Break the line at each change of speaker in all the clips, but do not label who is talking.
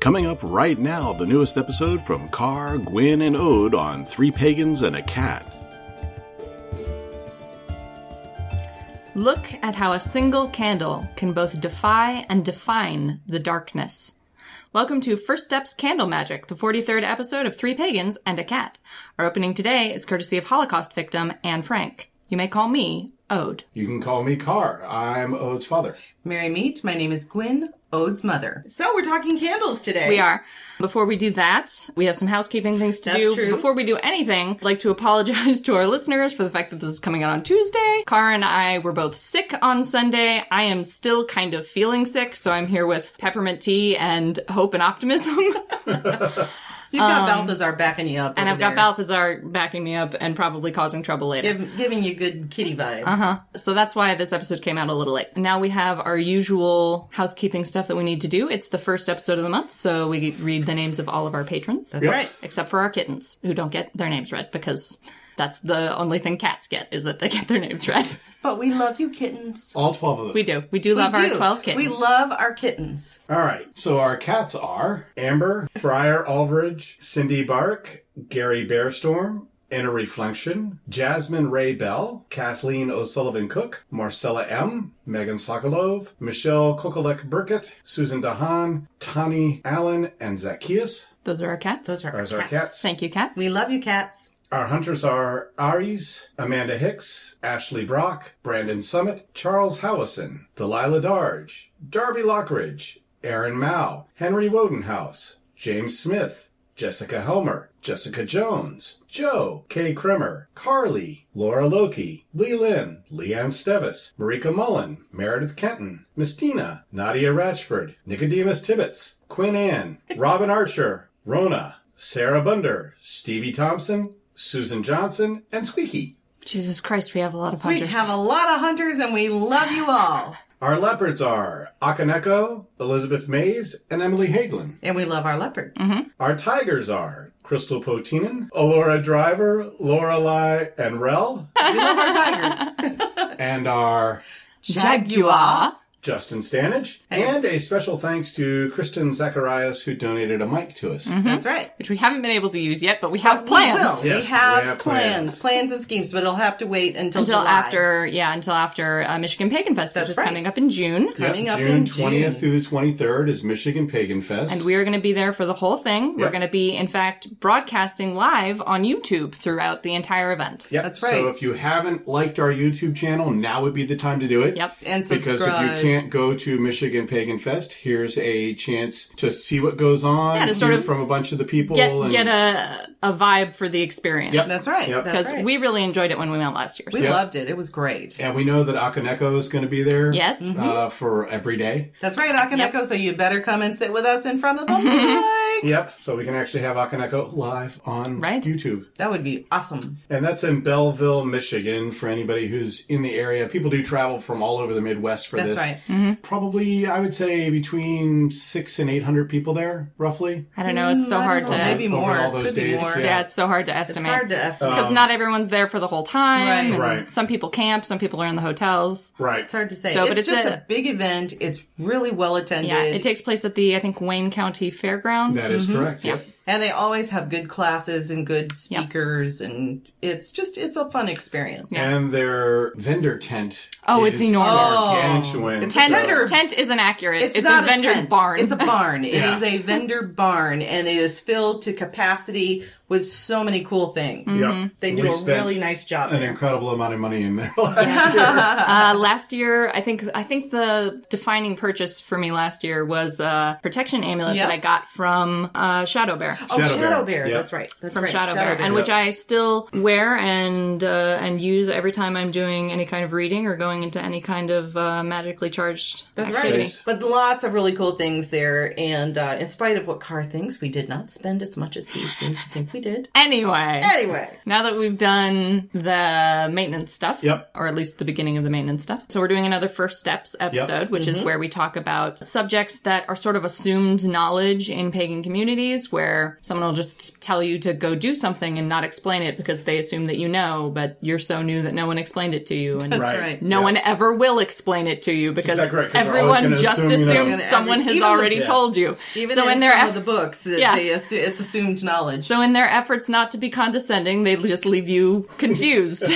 Coming up right now, the newest episode from Carr, Gwyn, and Ode on Three Pagans and a Cat.
Look at how a single candle can both defy and define the darkness. Welcome to First Steps Candle Magic, the 43rd episode of Three Pagans and a Cat. Our opening today is courtesy of Holocaust victim Anne Frank. You may call me Ode.
You can call me Carr. I'm Ode's father.
Mary Meet. My name is Gwyn, Ode's mother. So we're talking candles today.
We are. Before we do that, we have some housekeeping things to
That's
do.
true.
Before we do anything, I'd like to apologize to our listeners for the fact that this is coming out on Tuesday. Cara and I were both sick on Sunday. I am still kind of feeling sick, so I'm here with peppermint tea and hope and optimism.
You've got Balthazar backing you up,
Um, and
over
I've got
there.
Balthazar backing me up and probably causing trouble later.
Give- giving you good kitty vibes.
Uh-huh. So that's why this episode came out a little late. Now we have our usual housekeeping stuff that we need to do. It's the first episode of the month, so we read the names of all of our patrons.
That's right.
Except for our kittens, who don't get their names read because that's the only thing cats get is that they get their names read.
But we love you, kittens.
All 12 of them.
We do. We do love
we
our
do.
12 kittens.
We love our kittens.
All right. So our cats are Amber, Friar Alveridge, Cindy Bark, Gary Bearstorm, Anna Reflection, Jasmine Ray Bell, Kathleen O'Sullivan Cook, Marcella M., Megan Sokolov, Michelle Kokolek Burkett, Susan Dahan, Tani Allen, and Zacchaeus.
Those are our cats.
Those are our
Those are our
cats.
cats.
Thank you, cats.
We love you, cats.
Our hunters are Aries, Amanda Hicks, Ashley Brock, Brandon Summit, Charles Howison, Delilah Darge, Darby Lockridge, Aaron Mao, Henry Wodenhouse, James Smith, Jessica Helmer, Jessica Jones, Joe, Kay Kremer, Carly, Laura Loki, Lee Lynn, Leanne Stevis, Marika Mullen, Meredith Kenton, Mistina, Nadia Ratchford, Nicodemus Tibbetts, Quinn Ann, Robin Archer, Rona, Sarah Bunder, Stevie Thompson, Susan Johnson, and Squeaky.
Jesus Christ, we have a lot of
We
hunters.
have a lot of hunters, and we love you all.
Our leopards are Akaneko, Elizabeth Mays, and Emily Hagelin.
And we love our leopards.
Mm-hmm.
Our tigers are Crystal Potinen, Alora Driver, Lorelei, and Rel.
We love our
Mm-hmm.
tigers.
and our
Jaguar.
Justin Stanage. And a special thanks to Kristen Zacharias, who donated a mic to us.
That's right.
Which we haven't been able to use yet, but we have plans.
We, will.
Yes,
we have,
we
plans.
have plans.
plans, and schemes, but it'll have to wait until,
Until
July.
after, yeah, until after uh, Michigan Pagan Fest,
That's
which is
right.
coming up in June.
Coming up
June
in
20th
June.
through the 23rd is Michigan Pagan Fest.
And we are going to be there for the whole thing. We're
Yep.
going to be, in fact, broadcasting live on YouTube throughout the entire event.
Yep.
That's right.
So if you haven't liked our YouTube channel, now would be the time to do it.
Yep.
And
Because if
subscribe.
you can't go to Michigan Pagan Fest, here's a chance to see what goes on,
Yeah, to sort
hear
of
from a bunch of the people.
Get
and
get a a vibe for the experience.
Yep.
That's right.
Yep.
That's
Because
right.
we really enjoyed it when we went last year.
we
Yep.
loved it. It was great.
And we know that Akaneko is going to be there.
Yes. Mm-hmm.
Uh, for every day.
That's right, Akaneko. So you better come and sit with us in front of the
Mm-hmm.
mic.
Yep. So we can actually have Akaneko live on
Right.
YouTube.
That would be awesome.
And that's in Belleville, Michigan, for anybody who's in the area. People do travel from all over the Midwest for
That's
this.
right.
Probably, I would say, between six and 800 people there, roughly.
I don't know. It's so
I don't
hard to.
know, maybe
Over
more.
all those
Could be
days, Uh,
more.
yeah. it's so hard to
It's
estimate.
hard to estimate.
because not everyone's there for the whole time.
Right.
and
Right.
Some people camp. Some people are in the hotels.
Right.
it's hard to say.
So,
it's,
but it's
just
a-
a, big event. It's really well attended.
Yeah, it takes place at the I think Wayne County Fairgrounds.
That
Mhm.
is correct. Yep.
and they always have good classes and good speakers, and it's just it's a fun experience.
And their vendor tent.
Oh, it's
is
enormous.
Gargantuan.
It's
Tent,
a vendor-
tent is inaccurate. It's,
not
a vendor
tent.
barn. Uh,
It's a barn. It
Yeah.
is a vendor barn, and it is filled to capacity with so many cool things.
Mm-hmm.
Yep.
They do
We
a
spent
really nice job.
An
there.
incredible amount of money in there last year.
Uh, last year, I think I think the defining purchase for me last year was a protection amulet
Yeah.
that I got from uh, Shadow Bear.
Oh,
Shadow
Shadow,
Bear.
Bear.
Yeah.
That's right. That's
From
right.
Shadow, Bear, and
Bear.
which I still wear and uh, and use every time I'm doing any kind of reading or going into any kind of uh, magically charged
That's
activity.
right. But lots of really cool things there. And uh, in spite of what Carr thinks, we did not spend as much as he seems to think we we did.
Anyway.
Anyway.
Now that we've done the maintenance stuff,
Yep.
or at least the beginning of the maintenance stuff, so we're doing another first steps episode, which
Mm-hmm.
is where we talk about subjects that are sort of assumed knowledge in pagan communities, where someone will just tell you to go do something and not explain it because they assume that you know, but you're so new that no one explained it to you, and
That's right.
no
Yeah.
one ever will explain it to you because
exactly right, 'cause they're always
everyone
gonna
just
assume, you know-
assumes
And
someone
every-
has
even the-
already
Yeah.
told you.
Even
so
in,
in their
some
eff-
of the books, it-
Yeah.
they assu- it's assumed knowledge.
so in their efforts not to be condescending, they just leave you confused.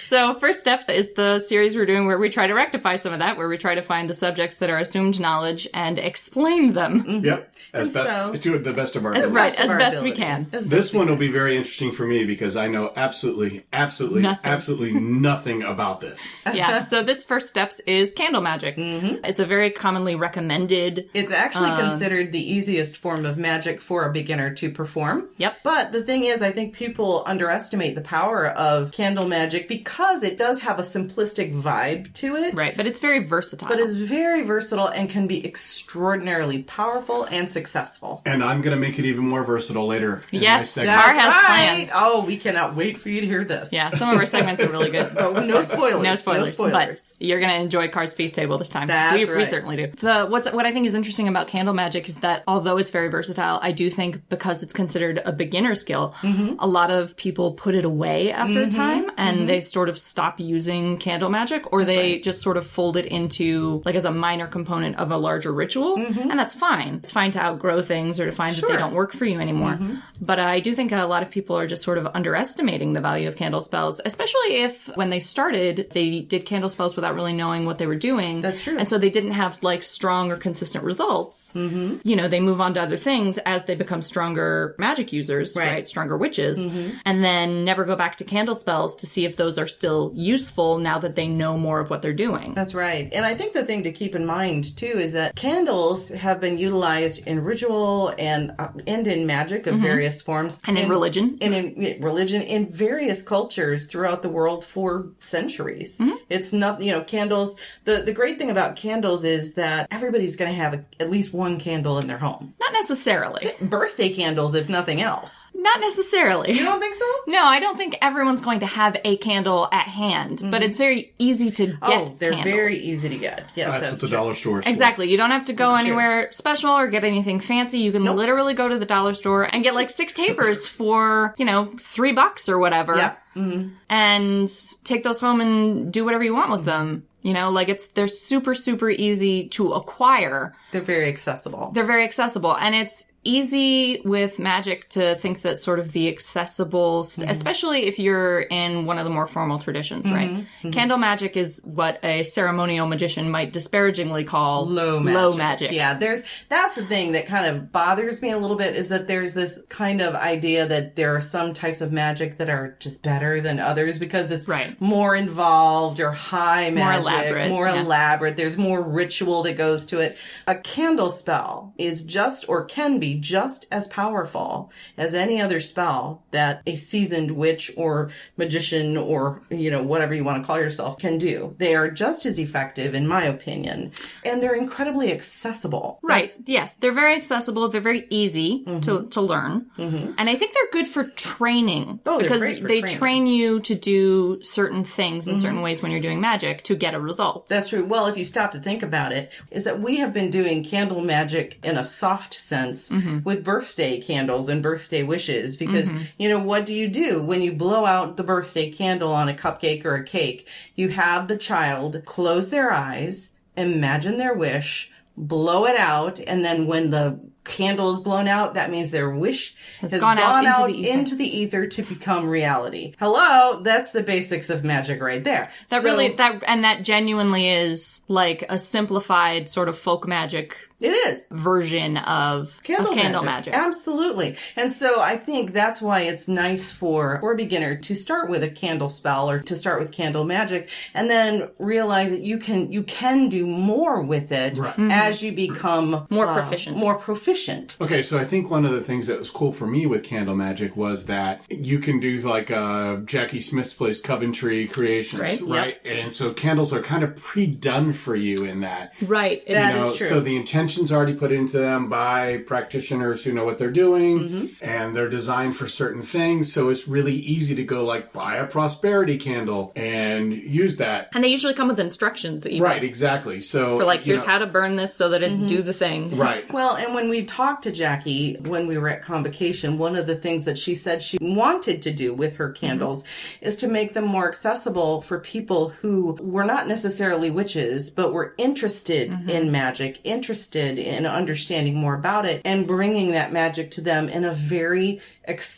so first steps is the series we're doing where we try to rectify some of that, where we try to find the subjects that are assumed knowledge and explain them.
Yep. As
And
best
so-
to the best of our ability.
Right,
Best of
as
our
best we
ability.
can.
As
This one will be very interesting for me because I know absolutely, absolutely,
Nothing.
absolutely nothing about this.
yeah. So this first steps is candle magic. It's a very commonly recommended.
It's actually
Um,
considered the easiest form of magic for a beginner to perform.
Yep.
But the thing is, I think people underestimate the power of candle magic because it does have a simplistic vibe to it.
Right, but it's very versatile.
But is very versatile and can be extraordinarily powerful and successful.
And I'm going to make it even more versatile later. in my
Yes,
segment.
Bar has plans.
Oh, we cannot wait for you to hear this.
yeah, some of our segments are really good.
No spoilers.
No spoilers, but you're going to enjoy Car's Feast Table this time.
That's
we, we
right.
certainly do. The what's what I think is interesting about candle magic is that although it's very versatile, I do think because it's considered a beginner skill, a lot of people put it away after a time and they sort of stop using candle magic or they just sort of fold it into like as a minor component of a larger ritual, and that's fine. It's fine to outgrow things or to find that they
Sure.
don't work for you anymore. But I do think a lot of people are just sort of underestimating the value of candle spells, especially if when they started, they did candle spells without really knowing what they were doing.
That's true.
And so they didn't have like strong or consistent results. Mm-hmm. You know, they move on to other things as they become stronger magic users, right?
Right. Mm-hmm.
Stronger witches, and then never go back to candle spells to see if those are still useful now that they know more of what they're doing.
That's right. And I think the thing to keep in mind too is that candles have been utilized in ritual and uh, and in magic of various forms
Mm-hmm. and in religion,
and in religion in various cultures throughout the world for centuries.
Mm-hmm.
It's not, you know, candles. The the great thing about candles is that everybody's going to have a, at least one candle in their home.
not necessarily.
Birthday candles if nothing else.
Not necessarily.
You don't think so?
No, I don't think everyone's going to have a candle at hand, but it's very easy to get.
Mm-hmm. Oh, they're
candles.
very easy to get. Yes,
That's,
that's,
what the
true.
dollar store is for.
Exactly. You don't have to go
true.
anywhere special or get anything fancy. You can literally go to the dollar store and get like six tapers for, you know, three bucks or whatever.
Yeah.
And take those home and do whatever you want with them. You know, like it's, they're super, super easy to acquire.
They're very accessible.
They're very accessible and it's easy with magic to think that sort of the accessible,
Mm-hmm.
st- especially if you're in one of the more formal traditions, right?
Mm-hmm.
Candle magic is what a ceremonial magician might disparagingly call
low magic.
Low magic.
Yeah, there's that's the thing that kind of bothers me a little bit is that there's this kind of idea that there are some types of magic that are just better than others because it's
Right.
more involved or high magic,
elaborate,
more
yeah.
elaborate. There's more ritual that goes to it. A candle spell is just or can be just as powerful as any other spell that a seasoned witch or magician or you know whatever you want to call yourself can do. They are just as effective in my opinion and they're incredibly accessible.
Right.
That's-
yes, they're very accessible. They're very easy to, to learn, and I think they're good for training Mm-hmm.
Oh, they're
because
great for
they
training.
train you to do certain things in certain ways when you're doing magic to get a result.
That's true. Well, if you stop to think about it, is that we have been doing candle magic in a soft sense
Mm-hmm.
with birthday candles and birthday wishes because, you know, what do you do when you blow out the birthday candle on a cupcake or a cake? You have the child close their eyes, imagine their wish, blow it out, and then when the candle is blown out, that means their wish has,
gone out into the ether.
into the ether to become reality. Hello, that's the basics of magic right there.
That
So-
really that and that genuinely is like a simplified sort of folk magic
it is.
version of candle, of candle magic.
Absolutely. And so I think that's why it's nice for for a beginner to start with a candle spell or to start with candle magic and then realize that you can you can do more with it as you become
More
uh,
proficient.
More proficient efficient.
Okay, so I think one of the things that was cool for me with Candle Magic was that you can do like uh, Jackie Smith's place Coventry Creations,
Right,
right?
yep.
And so candles are kind of pre-done for you in that.
Right. It
That
you know,
is true.
So the intention's already put into them by practitioners who know what they're doing,
Mm-hmm.
and they're designed for certain things. So it's really easy to go like buy a prosperity candle and use that.
and they usually come with instructions, even.
Right, exactly. So
For like,
you
here's
know-
how to burn this so that it do the thing.
Right.
Well, and when we talked to Jackie when we were at convocation, one of the things that she said she wanted to do with her
Mm-hmm.
candles is to make them more accessible for people who were not necessarily witches, but were interested
Mm-hmm.
in magic, interested in understanding more about it, and bringing that magic to them in a very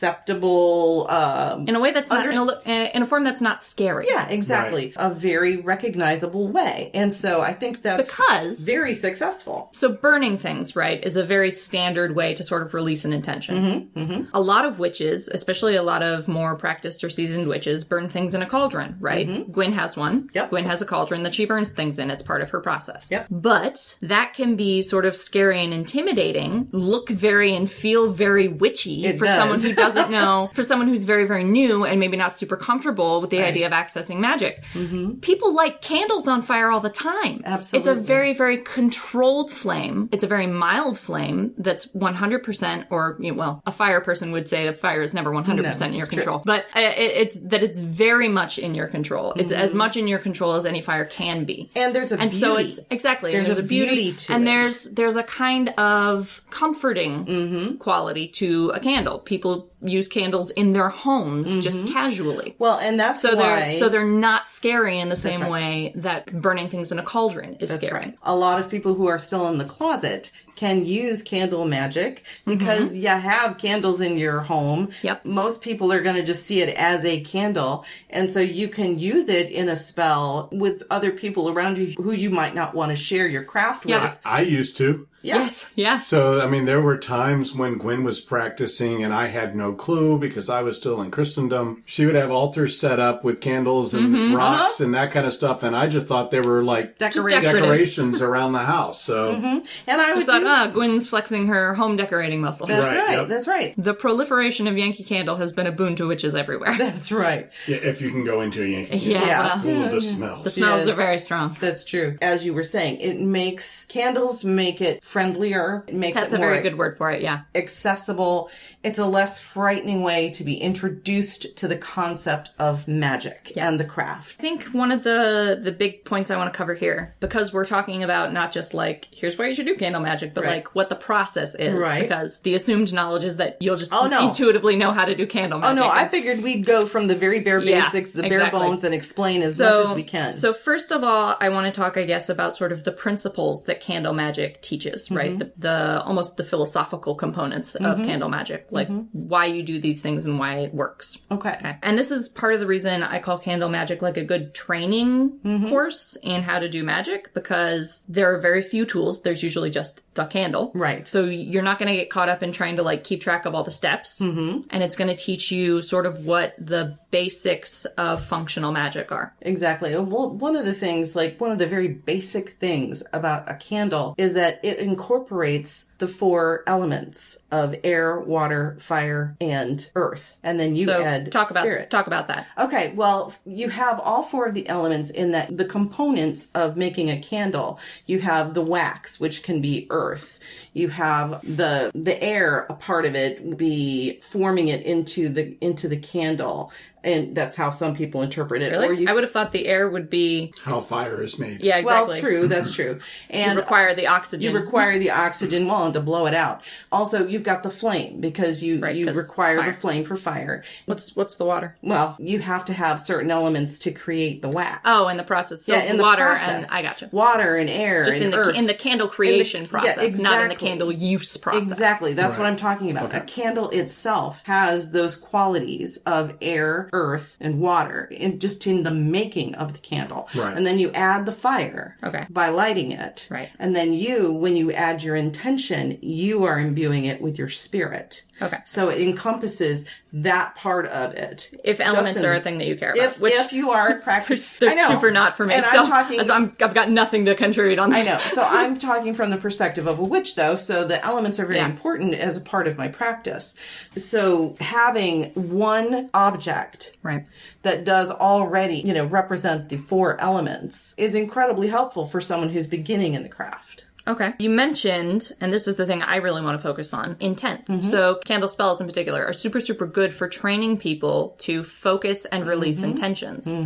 acceptable, um,
In a way that's not, in a,
Underst-
lo- uh, in a form that's not scary.
yeah, exactly, a very recognizable way. And so I think that's
Because
very successful.
So, burning things, right, is a very standard way to sort of release an intention.
Mm-hmm,
A lot of witches, especially a lot of more practiced or seasoned witches, burn things in a cauldron, right? Gwyn has one.
Mm-hmm. Yep.
Gwyn has a cauldron that she burns things in. It's part of her process.
Yep.
But that can be sort of scary and intimidating, look very and feel very witchy
It
for
does.
someone who doesn't know, for someone who's very, very new and maybe not super comfortable with the idea of accessing magic.
Mm-hmm.
People light candles on fire all the time. It's a
Absolutely.
very, very controlled flame. It's a very mild flame that's 100%, or, you know, well, a fire person would say that fire is never 100% in
No,
your
it's true.
control. But uh, it, it's that it's very much in your control. It's as much in your control as any fire can be.
And Mm-hmm. there's a
And so
beauty.
it's exactly and
There's
there's,
a
a beauty,
beauty to
and
it.
there's there's a kind of comforting
Mm-hmm.
quality to a candle. People use candles in their homes
Mm-hmm.
just casually.
Well, and that's
So
why
they're so they're not scary in the same way that burning things in a cauldron is
That's
scary.
right. A lot of people who are still in the closet can use candle magic because you have candles in your home.
Mm-hmm. Yep.
Most people are going to just see it as a candle. And so you can use it in a spell with other people around you who you might not want to share your craft
Yeah.
with.
I used to.
Yeah.
Yes, yes.
So, I mean, there were times when Gwen was practicing and I had no clue because I was still in Christendom. She would have altars set up with candles and rocks and that kind of stuff. And I just thought they were like
Decoration.
Mm-hmm. Uh-huh. decorative. Mm-hmm.
decorations around the house. So,
And I would
Just thought,
do-
ah, Gwyn's flexing her home decorating muscles.
That's
Right,
right.
yep.
That's right.
The proliferation of Yankee Candle has been a boon to witches everywhere.
That's right.
yeah, if you can go into a Yankee. Candle.
yeah,
Yeah.
well,
Ooh, the smells.
the smells
Yes.
are very strong.
That's true. As you were saying, it makes candles make it friendlier. It makes
That's
it
a
more
very good word for it. Yeah.
accessible. It's a less frightening way to be introduced to the concept of magic and the
I
craft.
think one of the the big points I want to cover here, because we're talking about not just like here's where you should do candle magic, but
Right.
like what the process is.
Right.
Because the assumed knowledge is that you'll just
Oh, no.
intuitively know how to do candle
Oh
magic.
no, I figured we'd go from the very bare
Yeah,
basics, the bare
exactly.
bones, and explain as much as we can.
So first of all, I want to talk, I guess, about sort of the principles that candle magic teaches,
Mm-hmm.
right? The, the almost the philosophical components of candle magic, like
Mm-hmm.
why you do these things and why it works.
okay.
Okay. And this is part of the reason I call candle magic like a good training
Mm-hmm.
course in how to do magic because there are very few tools. There's usually just the candle.
Right.
So you're not going to get caught up in trying to like keep track of all the steps. Mm-hmm. And it's going to teach you sort of what the basics of functional magic are.
Exactly. And Well, one of the things, like one of the very basic things about a candle is that it incorporates the four elements of air, water, fire, and earth. And then you
So
add
talk about
spirit.
talk about that.
Okay, well, you have all four of the elements in that the components of making a candle. You have the wax, which can be earth. You have the the air, a part of it would be forming it into the into the candle, and that's how some people interpret it. Or
Really?
you,
I would have thought the air would be
How fire is made.
yeah
well,
exactly
true, that's true, and
require the oxygen.
you require the oxygen well and to blow it out. Also, you've got the flame because you you
'cause
require
fire.
the flame for fire.
what's what's the water?
Well, you have to have certain elements to create the wax.
Oh, in the process. So
yeah, in the
water
process.
and I gotcha.
Water and air,
just
and
in the
earth.
in the candle creation
yeah,
process, not in the
exactly.
candle use process.
Exactly. That's what I'm talking about. A candle itself has those qualities of air, earth and water and just in the making of the candle.
Right.
And then you add the fire
Okay.
by lighting it.
Right.
And then you, when you add your intention, you are imbuing it with your spirit.
Okay.
So it encompasses that part of it.
If elements
Justin,
are a thing that you care about,
If,
which
if you are practicing,
they're super not for me.
And
so
I'm talking
as I'm, I've got nothing to contribute on
I
this.
know. So I'm talking from the perspective of a witch, though. So the elements are very
Yeah.
important as a part of my practice. So having one object
Right.
that does already, you know, represent the four elements is incredibly helpful for someone who's beginning in the craft.
Okay. You mentioned, and this is the thing I really want to focus on intent.
Mm-hmm.
So, candle spells in particular are super, super good for training people to focus and release
Mm-hmm.
intentions.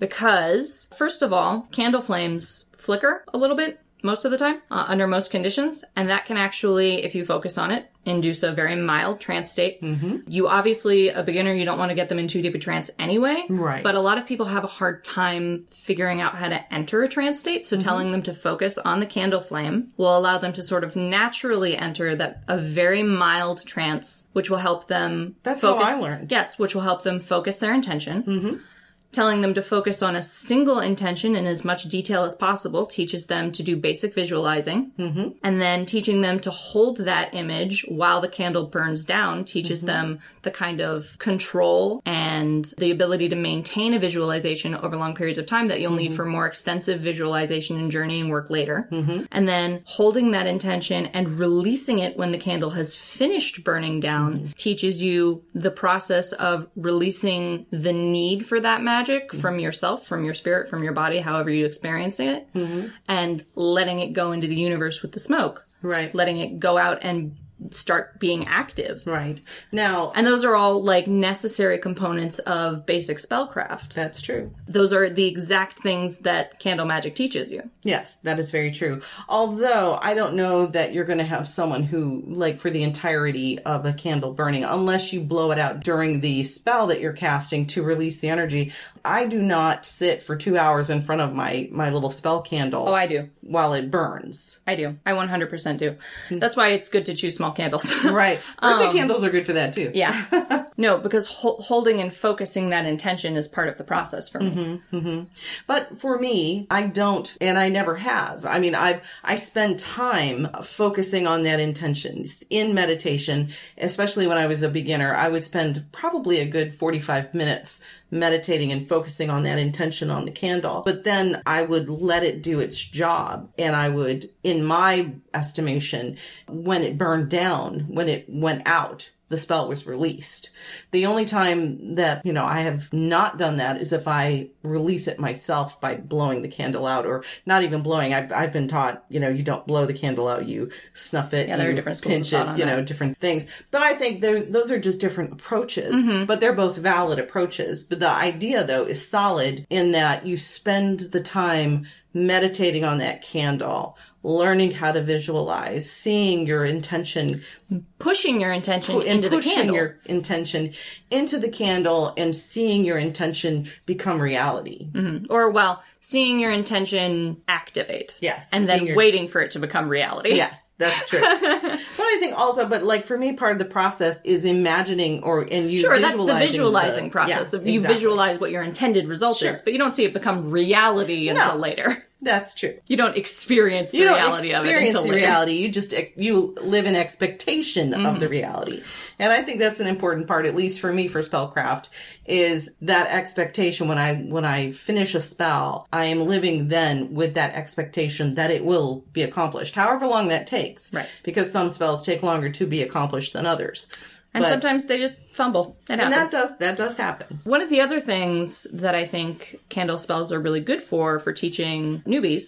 Because, first of all, candle flames flicker a little bit most of the time uh, under most conditions. And that can actually, if you focus on it, induce a very mild trance state. You obviously, a beginner, you don't want to get them in too deep a trance anyway.
Right.
But a lot of people have a hard time figuring out how to enter a trance state. So telling them to focus on the candle flame will allow them to sort of naturally enter that a very mild trance, which will help them
That's how
focus.
I learned.
Yes, which will help them focus their intention. Mm-hmm. Telling them to focus on a single intention in as much detail as possible teaches them to do basic visualizing. Mm-hmm. And then teaching them to hold that image while the candle burns down teaches
Mm-hmm.
them the kind of control and the ability to maintain a visualization over long periods of time that you'll
Mm-hmm.
need for more extensive visualization and journeying work later. And then holding that intention and releasing it when the candle has finished burning down teaches you the process of releasing the need for that magic from yourself, from your spirit, from your body, however you experience it, and letting it go into the universe with the smoke
Right.
letting it go out and start being active.
Right. Now,
And those are all like necessary components of basic spellcraft.
that's true.
Those are the exact things that candle magic teaches you.
Yes, that is very true. Although I don't know that you're going to have someone who, like, for the entirety of a candle burning, unless you blow it out during the spell that you're casting to release the energy. I do not sit for two hours in front of my my little spell candle
Oh, I do.
while it burns.
I do. I 100% do. That's why it's good to choose small candles.
Hmm. Right, birthday
Um,
candles are good for that too.
yeah. No, because hol- holding and focusing that intention is part of the process for me.
Mm-hmm. But for me, I don't, and I never have. I mean, I've, I spend time focusing on that intention in meditation, especially when I was a beginner. I would spend probably a good 45 minutes meditating and focusing on that intention on the candle. But then I would let it do its job. And I would, in my estimation, when it burned down, when it went out, the spell was released. The only time that, you know, I have not done that is if I release it myself by blowing the candle out or not even blowing. I've, I've been taught, you know, you don't blow the candle out, you snuff it,
Yeah, there are
you
different schools of
pinch
thought
it,
on
you
that.
know, different things. But I think they're- those are just different approaches,
Mm-hmm.
but they're both valid approaches. But the idea though is solid in that you spend the time meditating on that candle, learning how to visualize, seeing your intention
Pushing your intention
pu- and
into the
pushing
candle.
your intention into the candle and seeing your intention become reality.
Mm-hmm. or, well, seeing your intention activate.
Yes,
And then
seeing your-
waiting for it to become reality.
Yes, that's true. but I think also, but like for me, part of the process is imagining or and you
Sure, that's
visualizing
the visualizing
the-
process.
Yeah,
of you
exactly.
visualize what your intended result
Sure.
is, but you don't see it become reality until later.
That's true.
You don't experience the
You don't
reality of it
experience
until
the
later.
reality. You just you live in expectation of
Mm-hmm.
the reality, and I think that's an important part, at least for me, for spellcraft, is that expectation. When I when I finish a spell, I am living then with that expectation that it will be accomplished, however long that takes.
Right.
Because some spells take longer to be accomplished than others,
And
But-
sometimes they just fumble. It
and that
happens.
does that does happen.
One of the other things that I think candle spells are really good for for teaching newbies,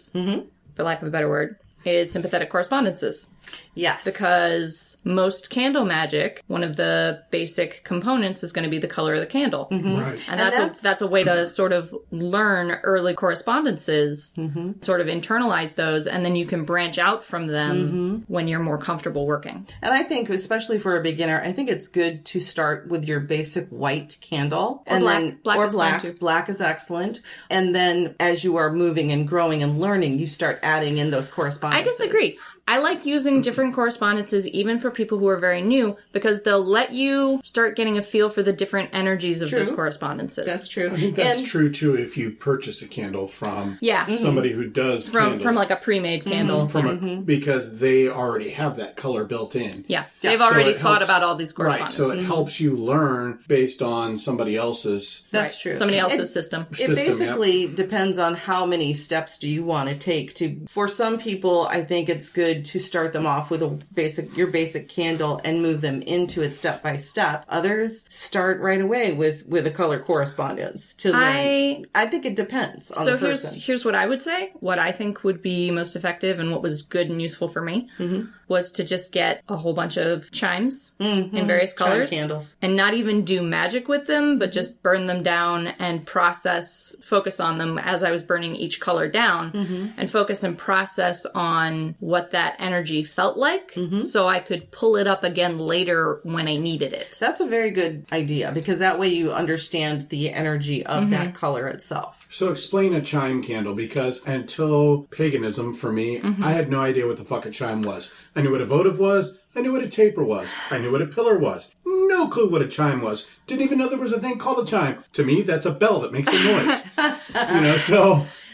for lack of a better word, is sympathetic correspondences.
Yes.
Because most candle magic, one of the basic components is going to be the color of the candle.
Right.
and,
And
that's,
that's-
a, that's a way to sort of learn early correspondences sort of internalize those and then you can branch out from them when you're more comfortable working
And I think, especially for a beginner, I think it's good to start with your basic white candle and
black.
then
Black
or
is fine
black.
too.
Black is excellent. And then, as you are moving and growing and learning, you start adding in those correspondences.
i disagree i like using using different correspondences even for people who are very new because they'll let you start getting a feel for the different energies of those correspondences.
That's true.
I think that's
and,
true too if you purchase a candle from
Yeah. Mhm.
somebody who does
from
candles.
from like a pre-made candle.
Mm-hmm. from a, because they already have that color built in.
yeah. They've already
So it
thought
helps-
about all these
Right,
correspondences.
so it helps you learn based on somebody else's.
That's true.
Somebody
And-
else's system.
system,
it
yeah.
basically depends on how many steps do you want to take to for some people i think it's good to start them off with a basic your basic candle and move them into it step by step others start right away with with a color correspondence to learn
I-
i think it depends on
so
the
here's
person
here's what I would say. What I think would be most effective and what was good and useful for me
Mm-hmm.
was to just get a whole bunch of chimes
Mm-hmm.
in various colors,
candles.
and not even do magic with them, but just burn them down and process, focus on them as I was burning each color down,
Mm-hmm.
and focus and process on what that energy felt like,
Mm-hmm.
so I could pull it up again later when I needed it.
that's a very good idea because that way you understand the energy of
Mm-hmm.
that color itself
So explain a chime candle because until paganism for me,
Mm-hmm.
I had no idea what the fuck a chime was. I knew what a votive was. I knew what a taper was. I knew what a pillar was. No clue what a chime was. Didn't even know there was a thing called a chime. To me, that's a bell that makes a noise. you know, so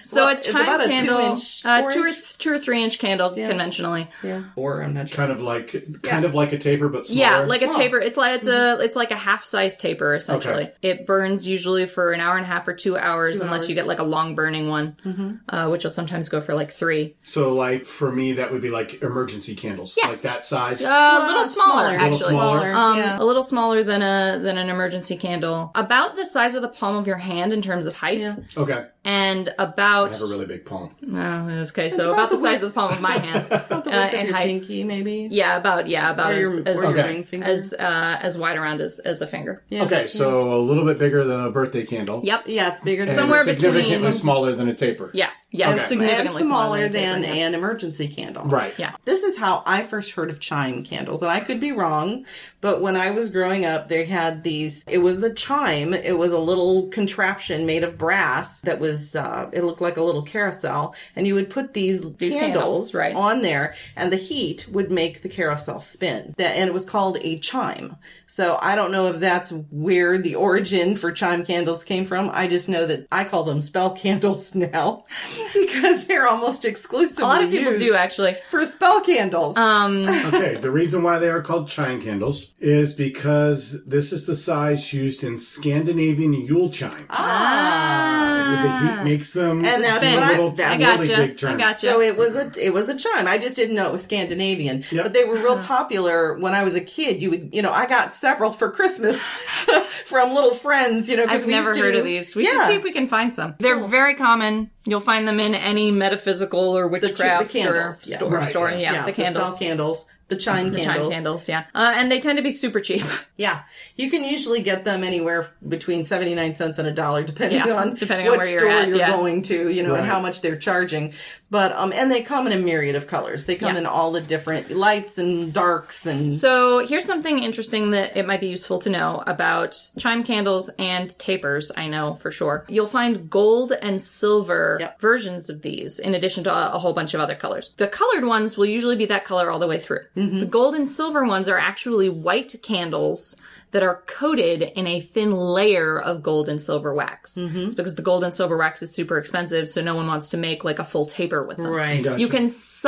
So
Well,
a
it's
time
about a
candle,
two-inch,
uh, two or
four-inch?
th- two or three inch candle conventionally.
yeah or i'm not sure
kind of like kind of like a taper but smaller.
Yeah, like a taper. It's like it's
Mm-hmm.
a it's like a half size taper essentially.
Okay.
It burns usually for an hour and a half or two hours, unless you get like a long burning one,
Mm-hmm.
uh, which will sometimes go for like three.
So, like for me, that would be like emergency candles,
Yes.
like that size.
Uh, a little smaller, actually.
Little smaller.
Um,
yeah.
a little smaller than a than an emergency candle, about the size of the palm of your hand in terms of height,
okay,
and about
I have a really big palm.
oh, okay, so
about
about the
the
size of the palm of my hand uh,
Your
in height.
pinky maybe
Yeah, about yeah, about
or
as
your,
as,
or your
Okay.
ring finger
as uh, as wide around as as a finger.
yeah.
Okay, so a little bit bigger than a birthday candle.
Yep.
yeah it's bigger than
and
Somewhere between-
significantly smaller than a taper.
Yeah. Yeah.
Okay.
and
Significantly
smaller
a
than
taper, yeah.
an emergency candle.
right.
Yeah.
This is how I first heard of chime candles, and I could be wrong, but when I was growing up, they had these. It was a chime. It was a little contraption made of brass that was. Uh, it looked like a little carousel, and you would put these,
candles,
candles,
right.
on there, and the heat would make the carousel spin. That and it was called a chime. So I don't know if that's where the origin for chime candles came from. I just know that I call them spell candles now because they're almost exclusively
A lot of people
used
do actually.
for spell candles.
Um,
okay, the reason why they are called chime candles is because this is the size used in Scandinavian Yule chimes. Where the heat makes them
And that's
do a
what I-
little,
that's-
Ah. I
a
gotcha.
really big
I
turn.
gotcha.
So it was a it was a chime. I just didn't know it was Scandinavian,
Yep.
but they were real
Uh-huh.
popular when I was a kid. You would you know I got several for Christmas from little friends. You know 'cause
I've
we
never
used to
heard
do-
of these. We should
Yeah.
see if we can find some. They're very common. You'll find them in any metaphysical or witchcraft
candles,
or
yes.
store.
Right,
store.
yeah.
Yeah,
yeah,
the
the
candles.
spell candles, the chime
Chime
candles.
candles, yeah. Uh, and they tend to be super cheap.
Yeah, you can usually get them anywhere between seventy nine cents and a dollar, depending
Yeah,
on
depending on
what
where you're
store
at, yeah.
going to, you know, and
Right.
how much they're charging. But um, and they come in a myriad of colors. They come
Yeah.
in all the different lights and darks and
so here's something interesting that it might be useful to know about chime candles and tapers, I know for sure. You'll find gold and silver
Yep.
versions of these, in addition to a, a whole bunch of other colors. The colored ones will usually be that color all the way through.
Mm-hmm.
The gold and silver ones are actually white candles that are coated in a thin layer of gold and silver wax.
Mm-hmm.
It's because the gold and silver wax is super expensive, so no one wants to make like a full taper with them.
right.
You can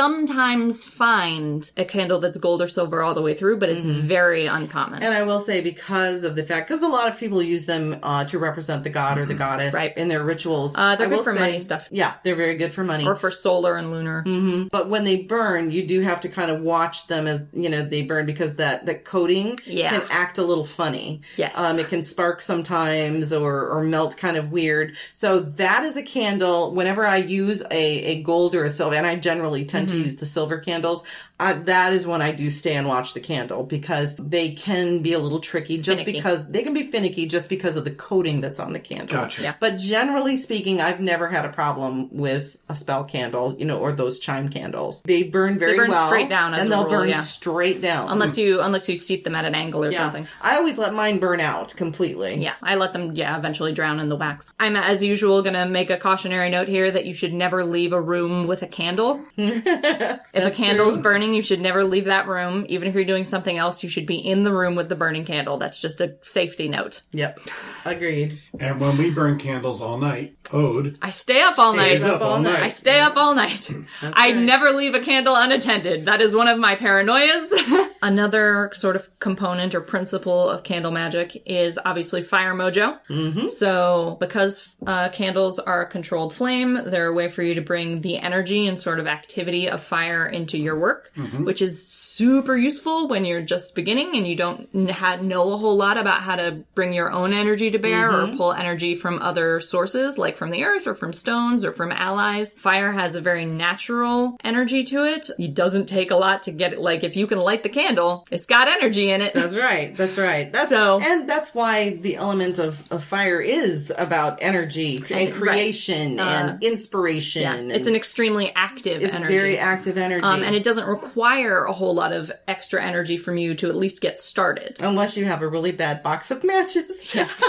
sometimes find a candle that's gold or silver all the way through, but it's very uncommon.
And I will say because of the fact, because a lot of people use them uh, to represent the god or the goddess
Mm-hmm. Right.
in their rituals.
Uh, they're
I
good
will
for money stuff.
Yeah, they're very good for money.
or for solar and lunar.
but when they burn, you do have to kind of watch them as you know they burn because that that coating
Yeah.
can act a little funny.
Yes.
um, it can spark sometimes or or melt kind of weird. So that is a candle. Whenever I use a a gold or a silver, and I generally tend
Mm-hmm.
to use the silver candles. I, that is when I do stay and watch the candle because they can be a little tricky just
Finicky.
because they can be finicky just because of the coating that's on the candle.
Gotcha.
Yeah.
But generally speaking, I've never had a problem with a spell candle, you know, or those chime candles. They burn very
burn
well,
straight down as
and
a
they'll
rule,
burn
yeah.
straight down.
Unless you unless you seat them at an angle or
Yeah.
something.
I always always let mine burn out completely.
Yeah, I let them, yeah, eventually drown in the wax. I'm, as usual, gonna make a cautionary note here that you should never leave a room with a candle. if a candle's burning, you should never leave that room. Even if you're doing something else, you should be in the room with the burning candle. That's just a safety note.
Yep. Agreed.
And when we burn candles all night, Ode
I stay up all
Stays
night.
up all night.
I stay up all night. I never leave a candle unattended. That is one of my paranoias. Another sort of component or principle of candle magic is obviously fire mojo. Mm-hmm. So, because uh, candles are a controlled flame, they're a way for you to bring the energy and sort of activity of fire into your work, which is super useful when you're just beginning and you don't n- ha- know a whole lot about how to bring your own energy to bear or pull energy from other sources, like from the earth or from stones or from allies. Fire has a very natural energy to it. It doesn't take a lot to get it. Like, if you can light the candle, it's got energy in it.
That's right. That's right. That's
So-
and that's why the element of, of fire is about energy and creation and inspiration. and
Uh, it's an extremely active
it's
energy.
very active energy.
Um, and it doesn't require a whole lot of extra energy from you to at least get started.
unless you have a really bad box of matches.
Yes.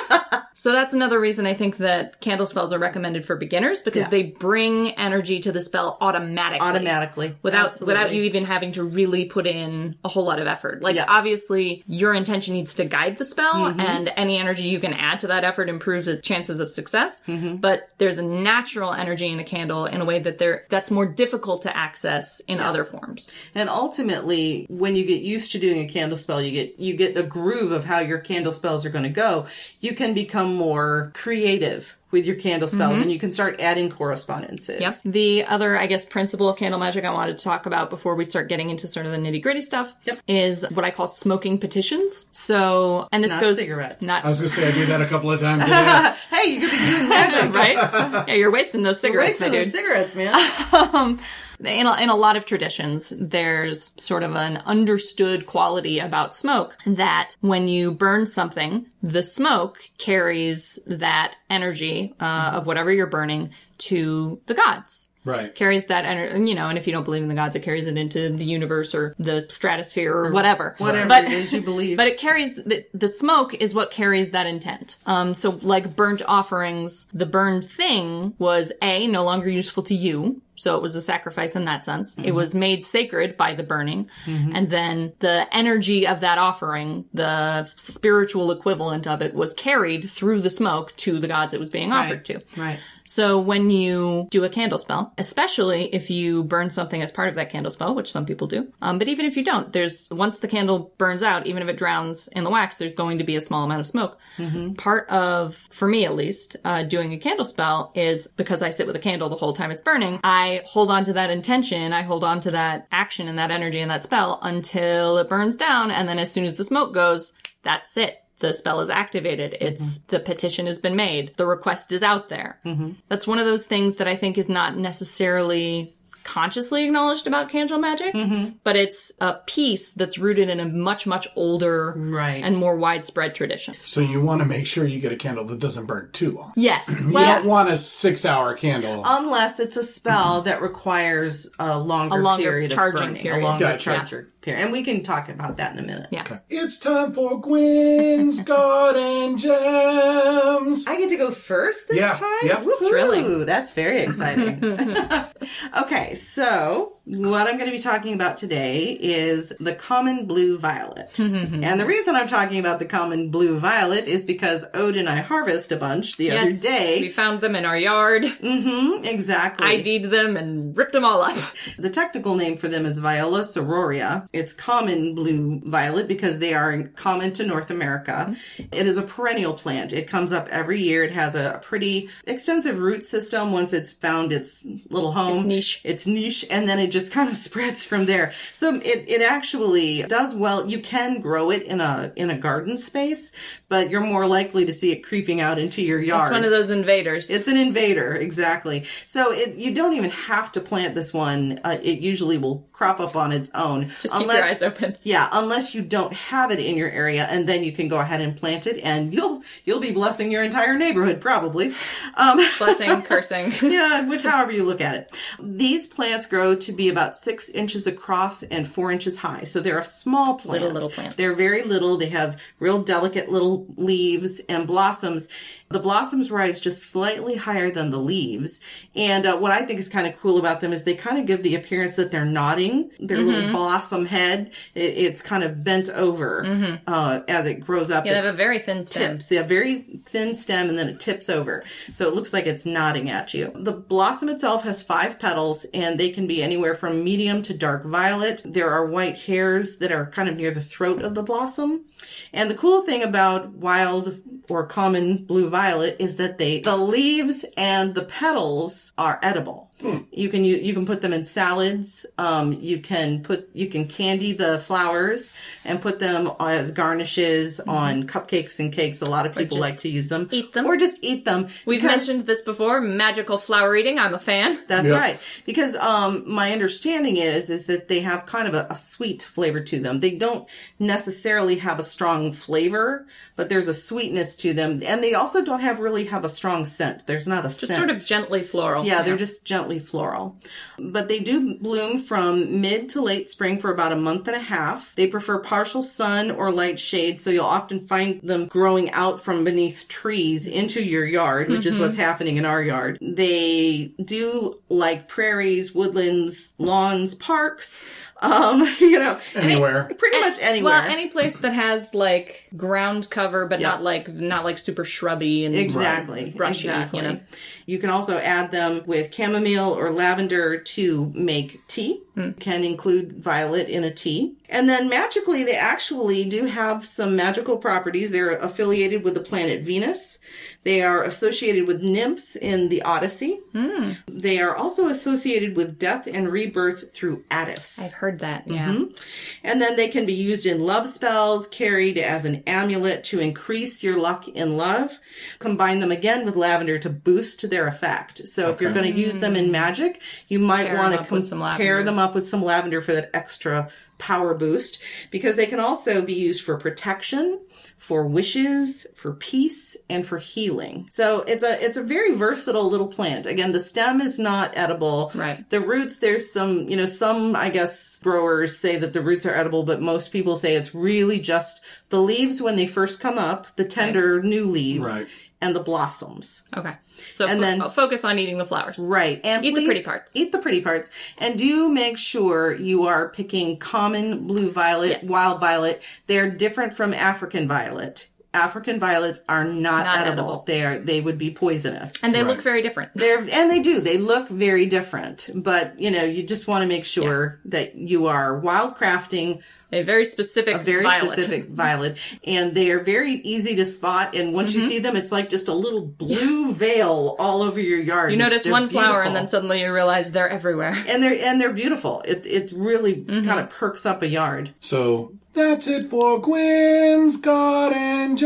so that's another reason I think that candle spells are recommended for beginners because they bring energy to the spell automatically.
Automatically.
Without
Absolutely.
without you even having to really put in a whole lot of effort. Like
Yeah. Mm-hmm.
obviously your intention needs to guide the spell and any energy you can add to that effort improves the chances of success.
Mm-hmm.
But there's a natural energy in a candle in a way that there that's more difficult to access in other forms.
And ultimately, when you get used to doing a candle spell, you get you get a groove of how your candle spells are going to go. You can become more creative with your candle spells, and you can start adding correspondences.
Mm-hmm. Yep. The other, I guess, principle of candle magic I wanted to talk about before we start getting into sort of the nitty gritty stuff is what I call smoking petitions. So, and this
Not
goes
cigarettes.
I
not
was gonna say I do that a couple of times. today.
Hey, you could be doing magic.
right. yeah, you're wasting those
Right
cigarettes, my
for those
dude.
cigarettes, man.
in a, in a lot of traditions, there's sort of an understood quality about smoke that when you burn something, the smoke carries that energy uh, of whatever you're burning to the gods.
right.
carries that energy, you know, and if you don't believe in the gods, it carries it into the universe or the stratosphere or whatever.
Whatever
But-
it is you believe.
But it carries, the, the smoke is what carries that intent. Um, so like burnt offerings, the burned thing was A, no longer useful to you. So it was a sacrifice in that sense.
Mm-hmm.
It was made sacred by the burning. And then the energy of that offering, the spiritual equivalent of it was carried through the smoke to the gods it was being offered to.
right.
So when you do a candle spell, especially if you burn something as part of that candle spell, which some people do, um, but even if you don't, there's once the candle burns out, even if it drowns in the wax, there's going to be a small amount of smoke. Part of, for me at least, uh, doing a candle spell is because I sit with a candle the whole time it's burning. I hold on to that intention, I hold on to that action and that energy and that spell until it burns down, and then as soon as the smoke goes, that's it the spell is activated it's the petition has been made the request is out there that's one of those things that i think is not necessarily consciously acknowledged about candle magic
Mm-hmm.
but it's a piece that's rooted in a much much older
Right.
and more widespread tradition
So you want to make sure you get a candle that doesn't burn too long.
yes
You
well Oh,
don't want a six-hour candle.
Unless it's a spell that requires a longer,
longer
period
charging
of burning,
period.
a longer
Gotcha.
charger period, and we can talk about that in a minute.
yeah
it's time for Gwen's Garden Gems.
I get to go first this
Yeah,
time?
yeah.
Woohoo,
Thrilling.
That's very exciting. okay, so what I'm going to be talking about today is the common blue violet.
Mm-hmm.
and the reason I'm talking about the common blue violet is because Ode and I harvest a bunch the
yes
other day.
we found them in our yard
hmm exactly.
id'd them and ripped them all up
The technical name for them is Viola sororia. It's common blue violet because they are common to North America. It is a perennial plant. It comes up every year. It has a pretty extensive root system once it's found its little home. It's
niche.
It's niche and then it just kind of spreads from there. So it, it actually does well. You can grow it in a in a garden space, but you're more likely to see it creeping out into your yard.
it's one of those invaders
It's an invader, exactly. So it, you don't even have to plant this one. Uh, it usually will crop up on its own.
Just keep your eyes open.
Yeah, unless you don't have it in your area, and then you can go ahead and plant it, and you'll you'll be blessing your entire neighborhood probably. Um,
Blessing, cursing.
yeah, which however you look at it. These plants grow to be about six inches across and four inches high. So they're a small plant.
Little, little plant.
They're very little. They have real delicate little leaves and blossoms. The blossoms rise just slightly higher than the leaves. And uh, what I think is kind of cool about them is they kind of give the appearance that they're nodding. Their
Mm-hmm.
little blossom head, it, it's kind of bent over uh, as it grows up.
Mm-hmm. Yeah, they have a very thin stem.
tips. Yeah, very thin stem and then it tips over. So it looks like it's nodding at you. The blossom itself has five petals and they can be anywhere from medium to dark violet. There are white hairs that are kind of near the throat of the blossom. And the cool thing about wild or common blue violet is that they the leaves and the petals are edible.
Hmm.
You can you, you can put them in salads. Um, you can put you can candy the flowers and put them as garnishes on cupcakes and cakes. A lot of people
Hmm. just
like to use them.
eat them.
or just eat them.
We've
because-
mentioned this before. Magical flower eating. I'm a fan.
that's
Yeah.
right because um, my understanding is is that they have kind of a, a sweet flavor to them. They don't necessarily have a strong flavor, but there's a sweetness to them, and they also don't have really have a strong scent. There's not a
Just
scent.
sort of gently floral.
Yeah, they're just gently floral. But they do bloom from mid to late spring for about a month and a half. They prefer partial sun or light shade, so you'll often find them growing out from beneath trees into your yard, which is what's happening in our yard. They do like prairies, woodlands, lawns, parks, um, you know,
Anywhere.
pretty much anywhere.
Well, any place that has like ground cover, but
Yeah.
not like not like super shrubby and
Exactly.
Brushy, you
exactly.
know.
You can also add them with chamomile or lavender to make tea. You can include violet in a tea. And then magically, they actually do have some magical properties. They're affiliated with the planet Venus. They are associated with nymphs in the Odyssey. They are also associated with death and rebirth through Attis.
I've heard that. Yeah.
Mm-hmm. And then they can be used in love spells, carried as an amulet to increase your luck in love. Combine them again with lavender to boost their effect. So if you're going to use them in magic, you
Hmm.
might
Pair
want
them
to
up with some
pair
lavender.
them up with some lavender for that extra power boost because they can also be used for protection, for wishes, for peace, and for healing. So it's a it's a very versatile little plant. Again, the stem is not edible.
Right.
The roots, there's some, you know, some, I guess, growers say that the roots are edible, but most people say it's really just the leaves when they first come up, the tender new leaves,
Right.
and the blossoms.
Okay. So
And
fo- uh,
then-
focus on eating the flowers.
Right. And
Eat the
please
pretty parts.
Eat the pretty parts. And do make sure you are picking common blue violet,
Yes.
wild violet. They're different from African violet. African violets are not,
Not
edible.
edible.
They are they would be poisonous.
And they
Right.
look very different.
They're and they do. They look very different. But you know, you just want to make sure that you are wildcrafting
A very specific,
a very
violet.
specific violet. And they are very easy to spot. And once
Mm-hmm.
you see them, it's like just a little blue veil all over your yard.
You
It's-
notice
they're
one flower, and
beautiful
then suddenly you realize they're everywhere.
and they're and they're beautiful. It it really
Mm-hmm.
kind of perks up a yard.
So that's it for Gwen's Garden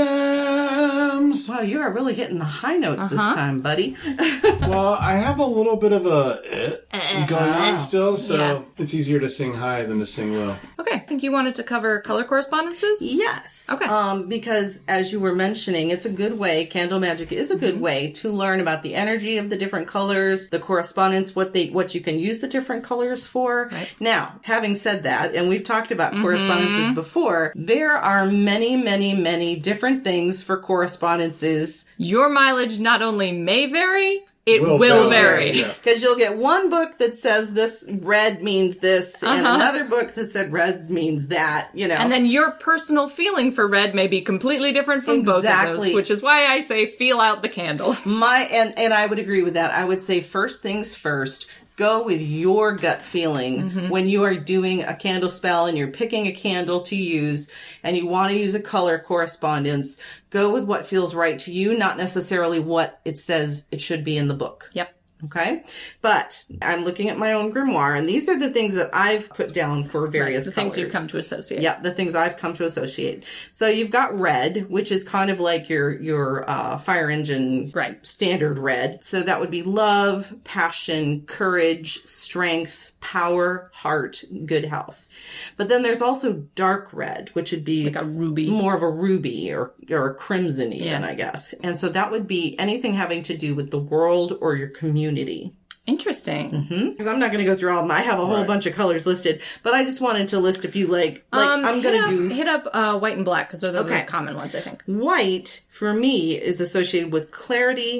Gems.
Wow, you are really hitting the high notes
Uh-huh.
this time, buddy.
well, I have a little bit of a eh going on still, so
Uh-uh. Uh-huh. Yeah.
it's easier to sing high than to sing low.
Okay. I think you wanted to cover color correspondences.
yes.
Okay.
Um, because as you were mentioning, it's a good way. Candle magic is a
Mm-hmm.
good way to learn about the energy of the different colors, the correspondence, what they what you can use the different colors for.
Right. Mm-hmm.
Now, having said that, and we've talked about correspondences before, there are many, many, many different things for correspondences
Your mileage not only may vary, it will, vary.
Yeah.
Because you'll get one book that says this red means this, and another book that said red means that. You know,
Uh-huh. And then your personal feeling for red may be completely different from both of
Exactly. Mm.
those, which is why I say feel out the candles.
my and and I would agree with that. I would say first things first. Go with your gut feeling
Mm-hmm.
when you are doing a candle spell and you're picking a candle to use and you want to use a color correspondence. Go with what feels right to you, not necessarily what it says it should be in the book.
Yep.
Okay. But I'm looking at my own grimoire and these are the things that I've put down for various
The things you
colors.
come to associate.
Yep, the things I've come to associate. So you've got red, which is kind of like your your uh, fire engine
Right.
standard red. So that would be love, passion, courage, strength, power, heart, good health. But then there's also dark red, which would be
Like a ruby.
more of a ruby or or a crimsony,
Yeah.
then I guess. And so that would be anything having to do with the world or your community.
Interesting.
Because I'm not going to go through all of them. I have a whole
Right.
bunch of colors listed, but I just wanted to list a few. Like, like
Um,
I'm going
hit
to
up,
do
hit up uh, white and black because those are
Okay.
the common ones, I think.
White for me is associated with clarity,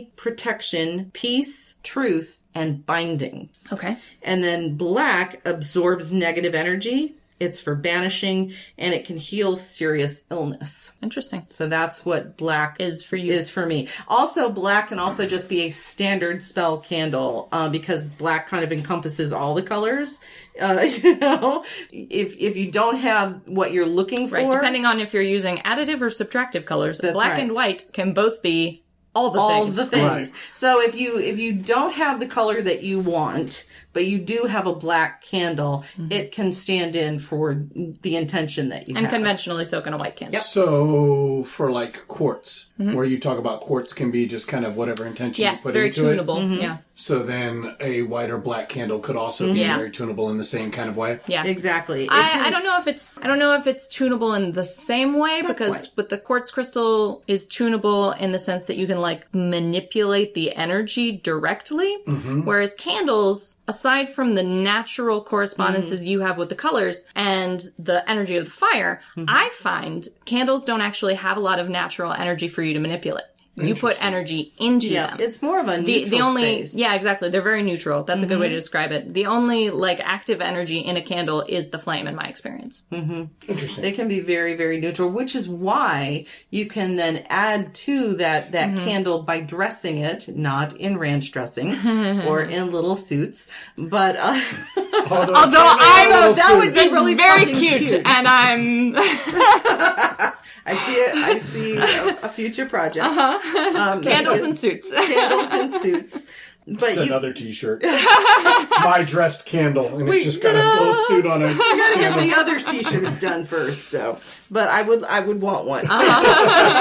protection, peace, truth, and binding.
Okay.
And then black absorbs negative energy. It's for banishing and it can heal serious illness.
Interesting.
So that's what black
Is for you.
is for me. Also, black can also just be a standard spell candle uh, because black kind of encompasses all the colors. Uh, you know, if if you don't have what you're looking for,
Right. Depending on if you're using additive or subtractive colors, black
right.
and white can both be all the
all
things.
the things.
Right.
So if you if you don't have the color that you want, but you do have a black candle, it can stand in for the intention that you
Mm-hmm. and
have.
conventionally so can a white candle.
So, for like quartz, where you talk about quartz can be just kind of whatever intention
Mm-hmm. Yes,
you put
very
into
tunable.
it.
Mm-hmm.
Yeah.
So then a white or black candle could also be
Mm-hmm. Yeah.
very tunable in the same kind of way.
Yeah.
exactly. It
I,
can-
I don't know if it's I don't know if it's tunable in the same way because with the quartz crystal is tunable in the sense that you can like manipulate the energy directly, whereas candles, aside from the natural correspondences you have with the colors and the energy of the fire, I find candles don't actually have a lot of natural energy for you to manipulate. You put energy into
yeah,
them
it's more of a
the,
neutral
the only
space. Mm-hmm.
yeah exactly they're very neutral that's a good way to describe it the only like active energy in a candle is the flame in my experience
Interesting.
They can be very, very neutral, which is why you can then add to that that
Mm-hmm.
candle by dressing it, not in ranch dressing or in little suits, but uh,
Although,
although i
know,
know
that would be
it's
really
very
fucking
cute,
cute.
and i'm
I see it. I see a, a future project.
Uh-huh.
Um,
candles and suits
candles and suits. But
it's
you
another T-shirt. My dressed candle, and it's just got a little suit on it.
gotta get the other t-shirts done first, though. But I would, I would want one.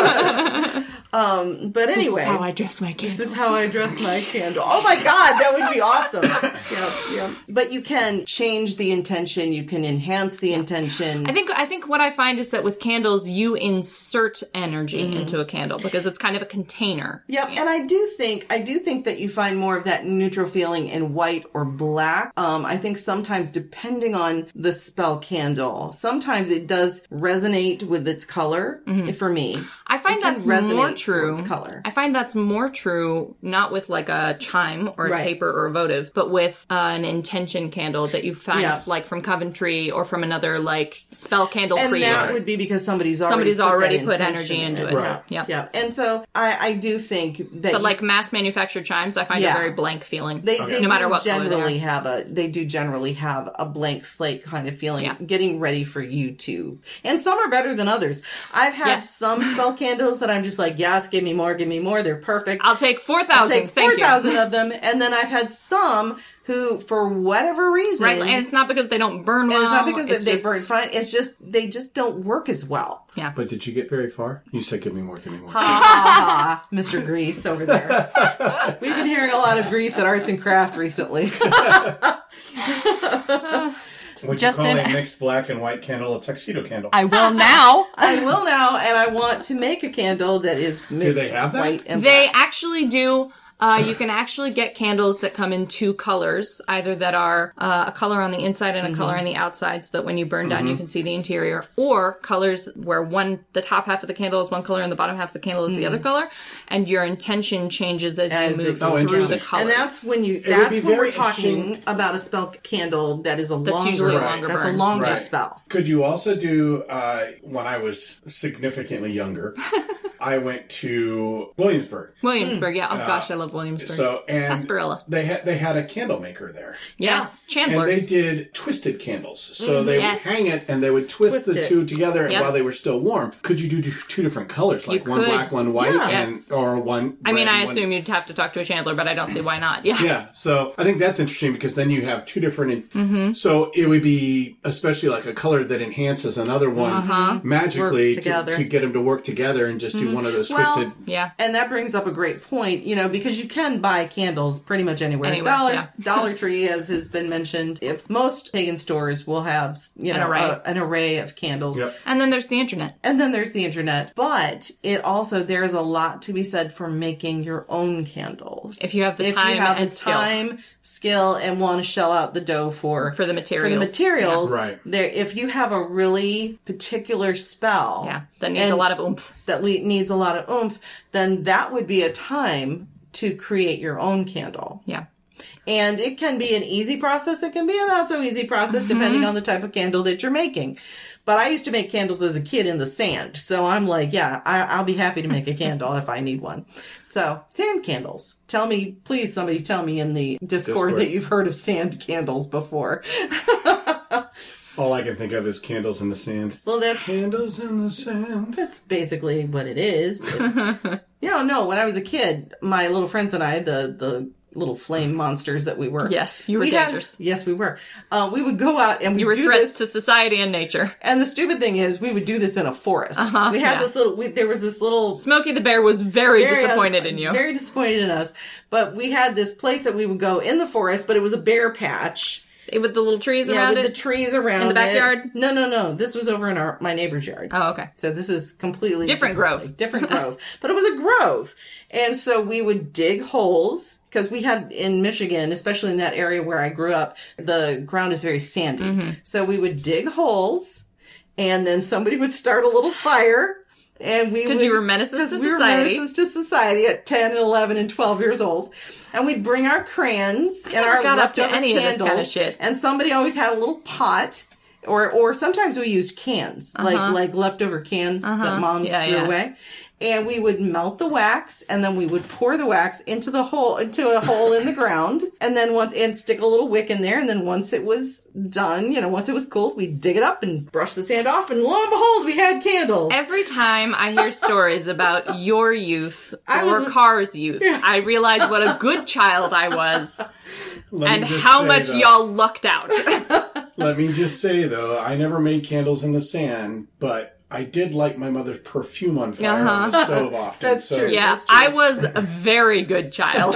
um, but anyway,
Uh-huh. this is how i dress my candles
This is how I dress my candle. Oh my god, that would be awesome. Yeah, yeah. But you can change the intention, you can enhance the intention.
I think I think what I find is that with candles you insert energy
Mm-hmm.
into a candle because it's kind of a container.
Yep, and I do think I do think that you find more of that neutral feeling in white or black. Um, I think sometimes depending on the spell candle, sometimes it does resonate with its color.
Mm-hmm.
For me,
I find
can
that's
resonate
more
for
true.
its color.
I find that's more true not with like a chime or a
Right.
taper or a votive, but with uh, an intention candle that you find
Yeah.
like from Coventry or from another like spell candle
and
creator.
that would be because somebody's already
Somebody's
put that
already put
intention
energy
in
into it.
Right.
Yeah.
Yeah, and so I, I do think that
But like mass manufactured chimes, I find
Yeah.
a very blank feeling.
They, they
no matter
do
what color
generally
they are.
have a they do generally have a blank slate kind of feeling,
Yeah.
getting ready for you to. And some are better than others. I've had
Yes.
some spell candles that I'm just like, yes, give me more, give me more. They're perfect.
I'll take four thousand.
take
Thank
four
you.
thousand of them, and then I've had some who, for whatever reason,
Right, and it's not because they don't burn well.
and it's not because
it's
they
just-
burn fine. It's just they just don't work as well.
But did you get very far? You said, "Give me more, give me more."
Ah, Mr. Grease over there. We've been hearing a lot of Grease at Arts and Craft recently.
Would
Justin-
you call a mixed black and white candle a tuxedo candle?
I will now.
I will now, and I want to make a candle that is mixed
they have that?
white and
They
black.
actually do. Uh, you can actually get candles that come in two colors, either that are uh, a color on the inside and a color on the outside, so that when you burn down, you can see the interior, or colors where one the top half of the candle is one color and the bottom half of the candle is the other color, and your intention changes as,
As
you
it
move
goes
through
interesting.
the
And
colors.
Oh, And that's when you.
would
That's
be
when
very
we're talking about a spell candle that is a longer.
usually a
burn.
longer
That's a
burn.
longer
Right.
spell.
Could you also do, uh, when I was significantly younger, I went to Williamsburg.
Williamsburg, yeah. Oh gosh, I love Williamsburg.
So, and
Sarsaparilla.
they had, they had a candle maker there.
yes,
And they
Chandler's.
did twisted candles. So they
Mm-hmm. yes.
would hang it and they would twist, the
Twist it.
two together
Yep.
and while they were still warm. Could you do t- two different colors? Like one
could.
black, one white, and,
Yes.
or one.
I mean,
red,
I
one-
assume you'd have to talk to a Chandler, but I don't see why not. Yeah.
Yeah, so I think that's interesting because then you have two different.
Mm-hmm.
So it would be
Uh-huh.
especially like a color that enhances another one magically
Works
to,
together.
to get them to work together and just do
Mm-hmm.
one of those
Well,
twisted.
Yeah.
And that brings up a great point, you know, because you can buy candles pretty much anywhere.
Anywhere,
Dollars,
yeah.
Dollar Tree, as has been mentioned, if most pagan stores will have, you
An
know,
array.
a- an array of candles.
Yep.
And then there's the internet.
And then there's the internet, but it also there is a lot to be said for making your own candles.
If you have the time and skill.
time, skill, and want to shell out the dough for
For the
for the
materials.
materials,
Yeah. Right.
There, if you have a really particular spell,
Yeah. That needs a
and
lot of oomph.
that le- needs a lot of oomph, then that would be a time to create your own candle.
Yeah.
And it can be an easy process. It can be a not so easy process
Mm-hmm.
depending on the type of candle that you're making. But I used to make candles as a kid in the sand. So I'm like, yeah, I, I'll be happy to make a candle if I need one. So sand candles. Tell me, please somebody tell me in the Discord.
Discord.
that you've heard of sand candles before.
All I can think of is candles in the sand.
Well, that's
Candles in the sand.
that's basically what it is. but- yeah, no. When I was a kid, my little friends and I, the the little flame monsters that we were.
Yes, you were
we had-
dangerous.
yes, we were. Uh, we would go out and we
You were
do
threats
this.
to society and nature.
And the stupid thing is, we would do this in a forest. we had
Uh-huh, yeah.
this little. We, there was this little.
Smokey the Bear was very,
very-
disappointed in you.
Very disappointed in us. But we had this place that we would go in the forest, but it was a bear patch.
with the little trees
Yeah,
around
with
it.
the trees around
In the
it.
backyard?
No, no, no. This was over in our my neighbor's yard.
oh, okay.
So this is completely
Different grove.
different grove, but it was a grove, and so we would dig holes because we had in Michigan, especially in that area where I grew up, the ground is very sandy.
Mm-hmm.
So we would dig holes, and then somebody would start a little fire. And we
'Cause
would-
you were menaces
'cause
to
we were
society.
menaces to society at ten and eleven and twelve years old, and we'd bring our crayons and
never
our
got up to
leftover
any of this
candles,
kinda shit.
and somebody always had a little pot or or sometimes we used cans like like leftover cans that moms
Uh-huh. Yeah,
threw
yeah.
away and we would melt the wax and then we would pour the wax into the hole into a hole in the ground and then once and stick a little wick in there and then once it was done you know once it was cooled we'd dig it up and brush the sand off and lo and behold we had candles
Every time I hear stories about your youth
I
or
was a-
Car's youth, I realize what a good child I was
Let me
and
just
how
say,
much
though-
y'all lucked out.
Let me just say though, I never made candles in the sand, but I did light my mother's perfume on fire on
Uh-huh.
the stove often.
That's
so
true.
yeah,
That's true.
I was a very good child.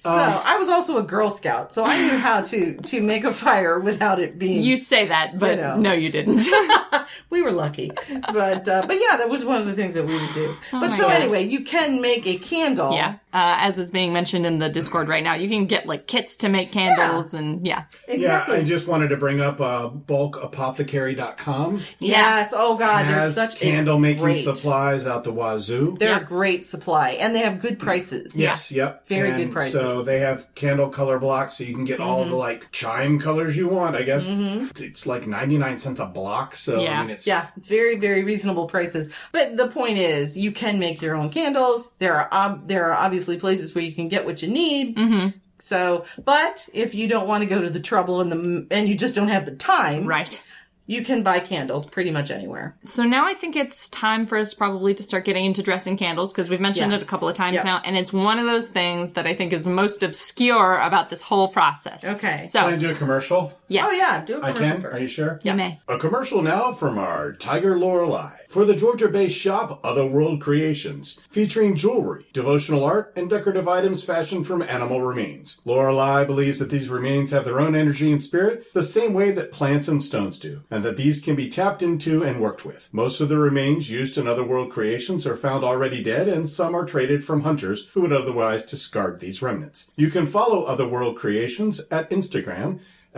so i was also a girl scout so i knew how to to make a fire without it being
You say that, but
know.
no, you didn't.
we were lucky but uh, but yeah that was one of the things that we would do but
Oh my
so
gosh.
anyway you can make a candle
yeah, uh, as is being mentioned in the Discord right now, you can get like kits to make candles and yeah,
Yeah,
exactly
I just wanted to bring up uh, bulkapothecary.com.
yes oh god there's
has
such
candle
a
making
great,
supplies out the wazoo.
they're
Yeah.
a great supply and they have good prices
Yes, yep.
Very
And
good prices. Mm-hmm.
So they have candle color blocks, so you can get all the like chime colors you want. I guess it's like ninety nine cents a block. So
Yeah.
I mean, it's
yeah very very reasonable prices but the point is you can make your own candles there are ob- there are obviously places where you can get what you need
Mm-hmm.
so but if you don't want to go to the trouble and the and you just don't have the time
right.
you can buy candles pretty much anywhere
So now I think it's time for us probably to start getting into dressing candles because we've mentioned it
Yes.
a couple of times
Yep.
now, and it's one of those things that I think is most obscure about this whole process.
Okay.
So
Can I do a commercial?
yes,
oh yeah do a
I
commercial
can.
first
Are you sure?
you may.
A commercial now from our Tiger Lorelei for the Georgia-based shop Otherworld Creations, featuring jewelry, devotional art, and decorative items fashioned from animal remains. Lorelei believes that these remains have their own energy and spirit, the same way that plants and stones do, and that these can be tapped into and worked with. Most of the remains used in Otherworld Creations are found already dead, and some are traded from hunters who would otherwise discard these remnants. You can follow Otherworld Creations at Instagram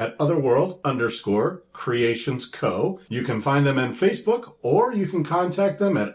at otherworld underscore creations co. You can find them on Facebook or you can contact them at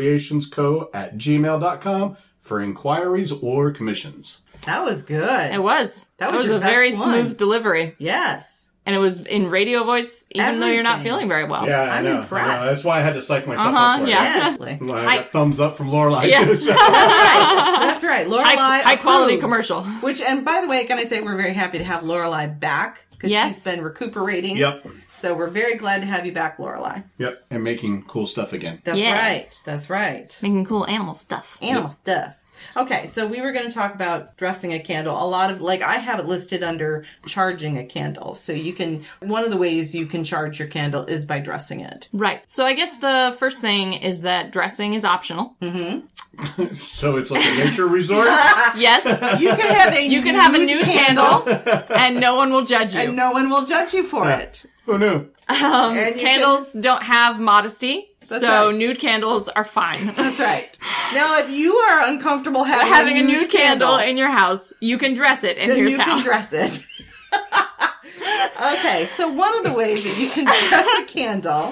otherworldcreationsco at gmail.com for inquiries or commissions.
that was good
It was.
That
That
was
was,
your
a very
best one.
smooth delivery.
yes
And it was in radio voice, even though you're not
Everything.
feeling very well.
Yeah, I
I'm
know. I know.
impressed.
That's why I had to psych myself
Uh-huh,
up for
yeah.
it.
yes
Well, I
I-
got thumbs up from Lorelai.
Yes.
too, so-
That's right. Lorelai.
High- high quality
approves.
commercial.
Which, and by the way, can I say we're very happy to have Lorelai back because
Yes.
she's been recuperating.
yep.
So we're very glad to have you back, Lorelai.
Yep. And making cool stuff again.
That's
Yeah.
right. That's right.
Making cool animal stuff.
Animal stuff. Okay, so we were going to talk about dressing a candle. A lot of, like, I have it listed under charging a candle. So you can, one of the ways you can charge your candle is by dressing it.
Right. So I guess the first thing is that dressing is optional.
So it's like a nature resort.
Yes.
You can have a,
You can have a nude candle and no one will judge you.
and no one will judge you for it.
oh no.
And you can-
Um, Candles don't have modesty, so
right.
nude candles are fine.
that's right. Now, if you are uncomfortable having,
Having a nude candle, in your house, you can dress it, and
then
here's
you
how.
can dress it. okay, so one of the ways that you can dress a candle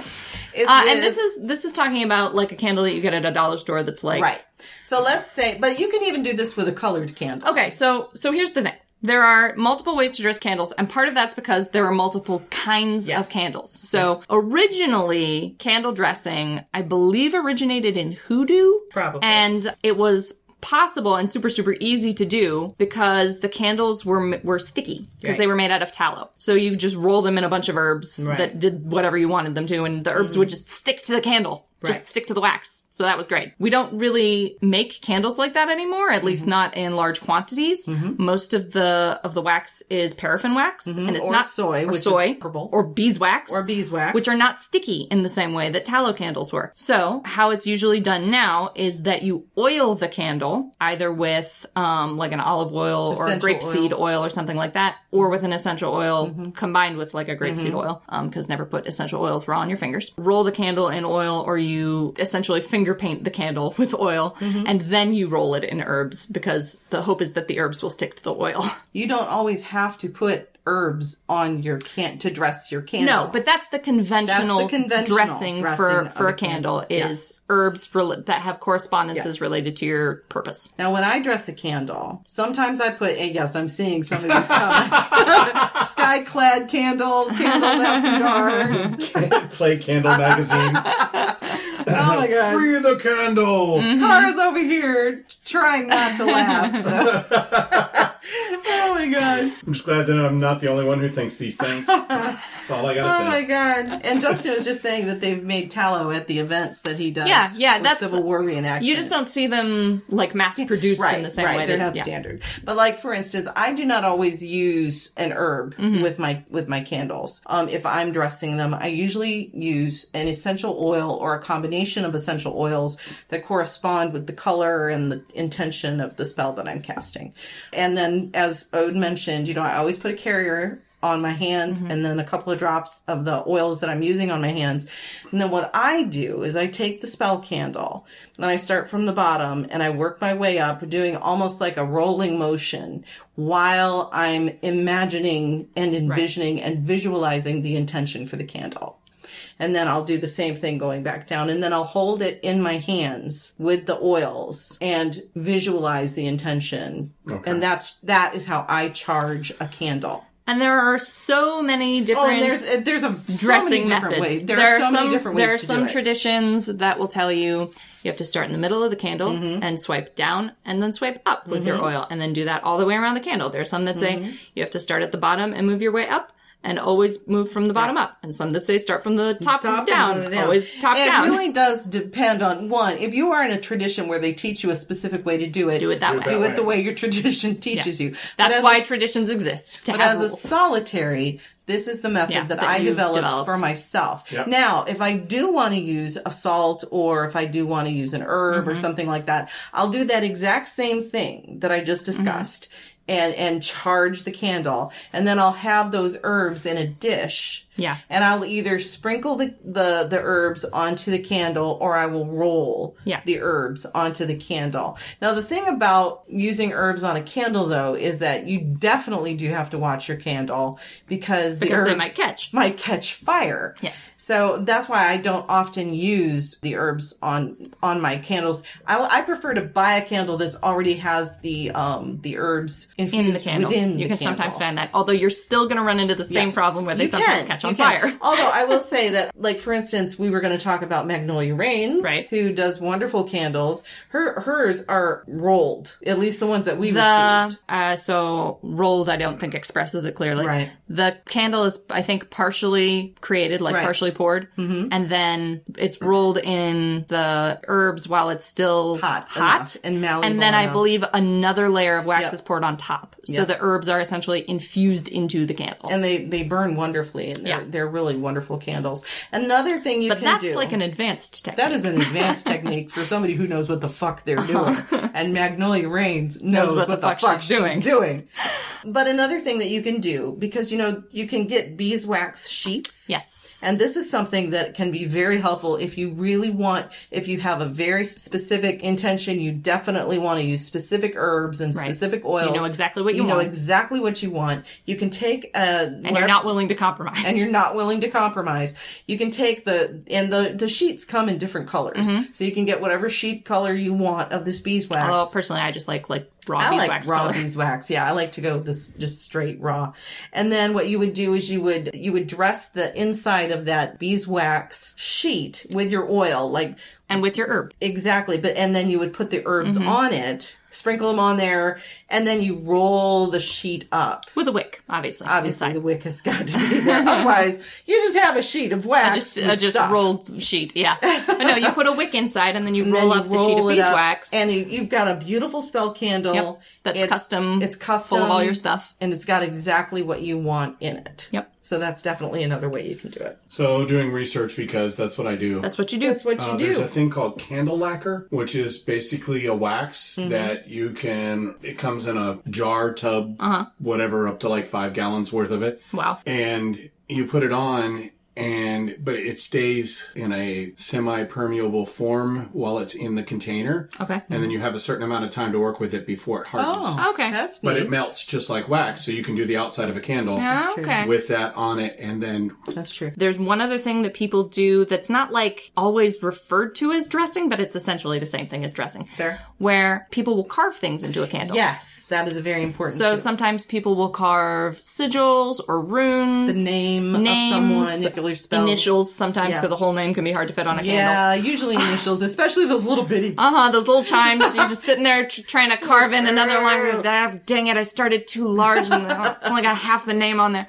is
Uh, and this
with-
is this is talking about like a candle that you get at a dollar store that's like
right. So let's say, but you can even do this with a colored candle.
Okay, so so here's the thing. There are multiple ways to dress candles, and part of that's because there are multiple kinds
Yes.
of candles. So originally, candle dressing, I believe, originated in hoodoo.
Probably.
And it was possible and super super easy to do because the candles were were sticky because
Right.
they were made out of tallow. So you just roll them in a bunch of herbs
Right. Mm.
that did whatever you wanted them to and the herbs would just stick to the candle.
Right.
Just stick to the wax. So that was great. We don't really make candles like that anymore, at
Mm-hmm.
least not in large quantities. Most of the of the wax is paraffin wax and it's
Mm-hmm. Or
not
soy,
or
which is
soy
comparable.
or beeswax
Or beeswax.
which are not sticky in the same way that tallow candles were. So, how it's usually done now is that you oil the candle either with um, like an olive oil or
Essential
a grapeseed oil. or something like that, or with an essential oil combined with like a grapeseed oil, because never put essential oils raw on your fingers. Roll the candle in oil, or you essentially finger paint the candle with oil, and then you roll it in herbs because the hope is that the herbs will stick to the oil.
you don't always have to put herbs on your can to dress your candle.
No, but that's the conventional,
That's the conventional
dressing,
dressing
for,
of
for
a
a candle,
candle.
is herbs rel- that have correspondences
Yes.
related to your purpose.
Now, when I dress a candle, sometimes I put, and yes, I'm seeing some of these comments. Sky clad candles, candles after dark.
Play Candle Magazine.
Oh my God.
Free the candle.
Cara's over here trying not to laugh. So. oh my God.
I'm just glad that I'm not the only one who thinks these things. That's all I gotta
Oh
say.
my God. And Justin was just saying that they've made tallow at the events that he does.
Yeah, yeah,
with
that's-
Civil War reenactment.
You just don't see them like mass produced in the same
right.
way.
They're
that-
not
yeah.
standard. But like for instance, I do not always use an herb
Mm-hmm.
with my with my candles. Um, if I'm dressing them, I usually use an essential oil or a combination of essential oils that correspond with the color and the intention of the spell that I'm casting. And then, as Ode mentioned, you know, I always put a carrier on my hands and then a couple of drops of the oils that I'm using on my hands. And then what I do is I take the spell candle and I start from the bottom and I work my way up doing almost like a rolling motion while I'm imagining and envisioning and visualizing the intention for the candle. And then I'll do the same thing going back down. And then I'll hold it in my hands with the oils and visualize the intention. And that's, that is how I charge a candle.
And there are so many
Oh,
different.
and there's uh, there's a so
dressing
many different
methods.
ways. There, are, so many different ways
There are
to
some
do it.
traditions that will tell you you have to start in the middle of the candle
Mm-hmm.
and swipe down and then swipe up with your oil and then do that all the way around the candle. There are some that
Mm-hmm.
say you have to start at the bottom and move your way up. And always move from the bottom up. And some that say start from the top,
Top
down.
and down.
Always top
it
down.
really does depend on one. If you are in a tradition where they teach you a specific way to do it,
do it that way.
do
way.
it the way your tradition teaches you. But
That's
as
why
a
traditions exist. To
But
have
as a
rules.
solitary, this is the method
Yeah,
that,
that
I
you've
developed,
developed.
for myself.
Yep.
Now, if I do want to use a salt or if I do want to use an herb
Mm-hmm.
or something like that, I'll do that exact same thing that I just
Mm-hmm.
discussed and, and charge the candle. And then I'll have those herbs in a dish.
Yeah.
And I'll either sprinkle the, the, the herbs onto the candle or I will roll
Yeah.
the herbs onto the candle. Now, the thing about using herbs on a candle, though, is that you definitely do have to watch your candle because, the
Because
herbs
they might catch.
might catch fire.
Yes.
So that's why I don't often use the herbs on on my candles. I, I prefer to buy a candle that's already has the um the herbs infused
in the candle.
within
you
the
can sometimes
candle.
find that. Although you're still going to run into the same
Yes.
problem where they
You
sometimes
can.
catch catch on
You can. Oh,
fire.
Although I will say that, like for instance, we were going to talk about Magnolia Rains,
Right.
Who does wonderful candles. Her hers are rolled, at least the ones that we
The
received.
uh, so rolled, I don't think expresses it clearly.
Right.
The candle is, I think, partially created, like
Right.
partially poured, mm-hmm. and then it's rolled in the herbs while it's still
Hot
hot
enough and malleable
And then I
enough.
believe another layer of wax
Yep.
is poured on top, so
Yep.
the herbs are essentially infused into the candle.
And they they burn wonderfully, and they're
Yeah.
they're really wonderful candles. Another thing you
but
can
that's
do
like an advanced technique.
That is an advanced technique for somebody who knows what the fuck they're doing.
Uh-huh.
And Magnolia Reigns knows, what, the, fuck, she's, doing. But another thing that you can do, because you know, you can get beeswax sheets.
yes.
And this is something that can be very helpful if you really want, if you have a very specific intention, you definitely want to use specific herbs and
Right.
specific oils.
know exactly what you
know
want.
exactly what you want. You can take a,
and you're not willing to compromise.
and you're not willing to compromise, you can take the and the the sheets come in different colors,
Mm-hmm.
so you can get whatever sheet color you want of this beeswax.
Although personally, I just like like raw
I like
beeswax
raw
color.
beeswax. Yeah, I like to go with this just straight raw. And then what you would do is you would you would dress the inside of that beeswax sheet with your oil, like
and with your herb.
Exactly, but and then you would put the herbs
Mm-hmm.
on it, sprinkle them on there, and then you roll the sheet up.
With a wick, obviously.
Obviously,
inside.
the wick has got to be there. Otherwise, you just have a sheet of wax.
just
with
a just
stuff.
rolled sheet. Yeah, no, you put a wick inside and then you
And
roll
then
up
you
the sheet of
roll it up,
beeswax.
and you, you've got a beautiful spell candle.
Yep. That's
It's-
custom.
It's custom.
full of all your stuff.
and it's got exactly what you want in it.
Yep.
So that's definitely another way you can do it.
So doing research because that's what I do.
That's what you do.
That's what you
Uh,
do.
there's a thing called candle lacquer, which is basically a wax
Mm-hmm.
that you can. It comes in a jar, tub,
Uh-huh.
whatever, up to like five gallons worth of it.
Wow.
And you put it on, and but it stays in a semi-permeable form while it's in the container.
Okay.
And then you have a certain amount of time to work with it before it hardens.
Okay.
That's Oh. neat. Ah.
But it melts just like wax, so you can do the outside of a candle
okay.
with that on it, and then
that's true.
There's one other thing that people do that's not like always referred to as dressing, but it's essentially the same thing as dressing.
Fair.
Where people will carve things into a candle.
Yes, that is a very important.
So
too.
sometimes people will carve sigils or runes.
The name of someone, nuclear spell.
Initials sometimes
Yeah.
because a whole name can be hard to fit on a candle.
Yeah, usually initials, especially those little bitty.
Uh huh. Those little chimes. You're just sitting there tr- trying to carve in another line. Like, ah, dang it! I started too large and I only got half the name on there.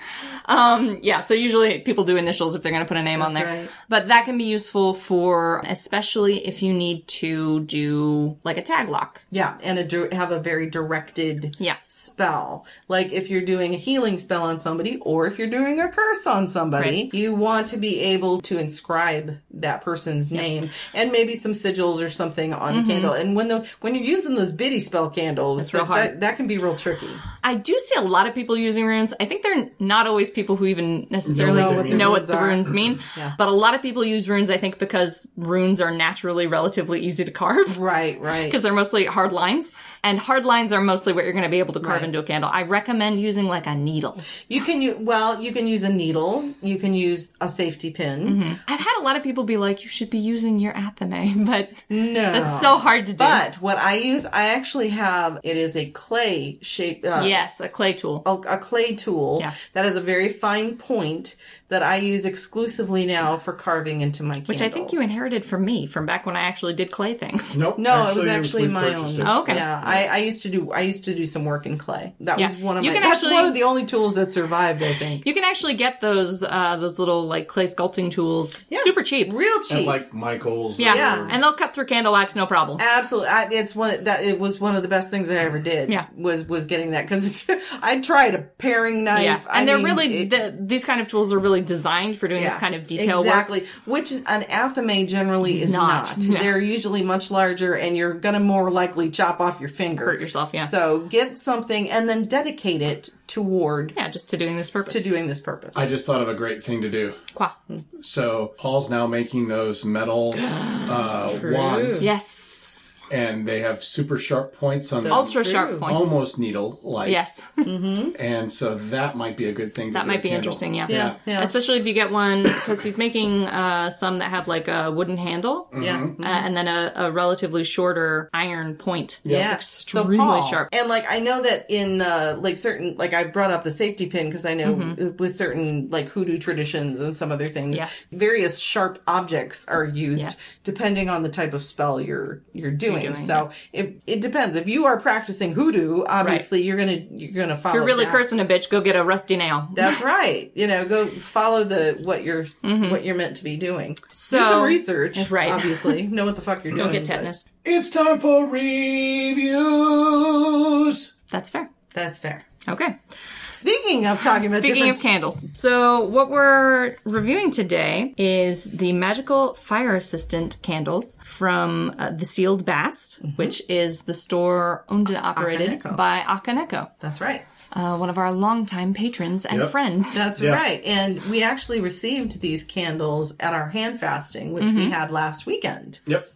Um, yeah. So usually people do initials if they're going to put a name on
That's
there.
right.
But that can be useful for especially if you need to do like a tag lock.
Yeah, and a dir- have a very directed
Yeah.
spell. Like if you're doing a healing spell on somebody, or if you're doing a curse on somebody,
Right.
you want to be able to inscribe that person's name and maybe some sigils or something on the candle. And when the when you're using those bitty spell candles,
Mm-hmm. real
that,
hard.
That, that can be real tricky.
I do see a lot of people using runes. I think they're not always people who even necessarily
Know
know
what
what
they
the,
mean.
Runes are.
runes mean. But a lot of people use runes, I think, because runes are naturally relatively easy to carve.
Right, right.
Because they're mostly hard lines, and hard lines are mostly what you're going to be able to carve
Right.
into a candle. I recommend using like a needle.
You can use well, you can use a needle, you can use a safety pin.
I've had a lot of people be like, "You should be using your athame," but
No.
that's so hard to do.
But what I use, I actually have it is a clay shape. Uh,
yes, a clay tool.
a, a clay tool
Yeah.
that has a very fine point that I use exclusively now for carving into my candles.
Which I think you inherited from me from back when I actually did clay things.
nope.
No, it was
we
actually my
purchased
own.
it.
Oh, okay.
Yeah, I, I used to do I used to do some work in clay. That
Yeah.
was one of
You
my.
can
that's
actually-
one of the only tools that survived. I think.
You can actually get those uh, those little like clay sculpting tools super cheap.
Real cheap.
At like Michael's.
Yeah.
Yeah.
and they'll cut through candle wax, no problem.
Absolutely, I, it's one that it was one of the best things I ever did.
Yeah.
was was getting that because I tried a paring knife.
yeah, and
I
they're
mean,
really
it-
the, these kind of tools are really designed for doing this
Yeah,
kind of detail work.
exactly. Which is, an athame generally is
not.
not.
Yeah.
They're usually much larger, and you're gonna more likely chop off your finger,
Hurt yourself, yeah.
So get something and then dedicate it toward
Yeah, just to doing this purpose.
to doing this purpose.
I just thought of a great thing to do.
Qua.
So Paul's now making those metal uh, wands.
Yes.
candles, and they have super sharp points on them.
Ultra
True.
sharp points.
Almost needle like.
Yes.
And so that might be a good thing. to
That
do
might
a
be
candle.
interesting, yeah.
Yeah.
Yeah.
Especially if you get one, because he's making uh, some that have like a wooden handle
Yeah.
uh, and then a, a relatively shorter iron point.
Yeah,
It's extremely
so Paul,
sharp.
And like I know that in uh like certain like I brought up the safety pin because I know with certain like hoodoo traditions and some other things,
Mm-hmm. Yeah.
various sharp objects are used
Yeah.
depending on the type of spell you're you're doing.
doing,
so it it depends. If you are practicing hoodoo, obviously you're gonna you're gonna follow.
If you're really
that.
cursing a bitch, go get a rusty nail.
That's right. You know, go follow the what you're what you're meant to be doing.
Mm-hmm. So-
Do some research,
Right.
Obviously, know what the fuck you're doing.
Don't get
but
tetanus.
It's time for reviews.
That's fair.
That's fair.
Okay.
Speaking of talking about
Speaking
different
of candles. So, what we're reviewing today is the Magical Fire Assistant candles from uh, the Sealed Bast, which is the store owned and operated
Akaneko.
by Akaneko,
That's right.
uh, one of our longtime patrons and
Yep.
friends.
That's
Yeah.
right. And we actually received these candles at our hand fasting, which
Mm-hmm.
we had last weekend.
Yep.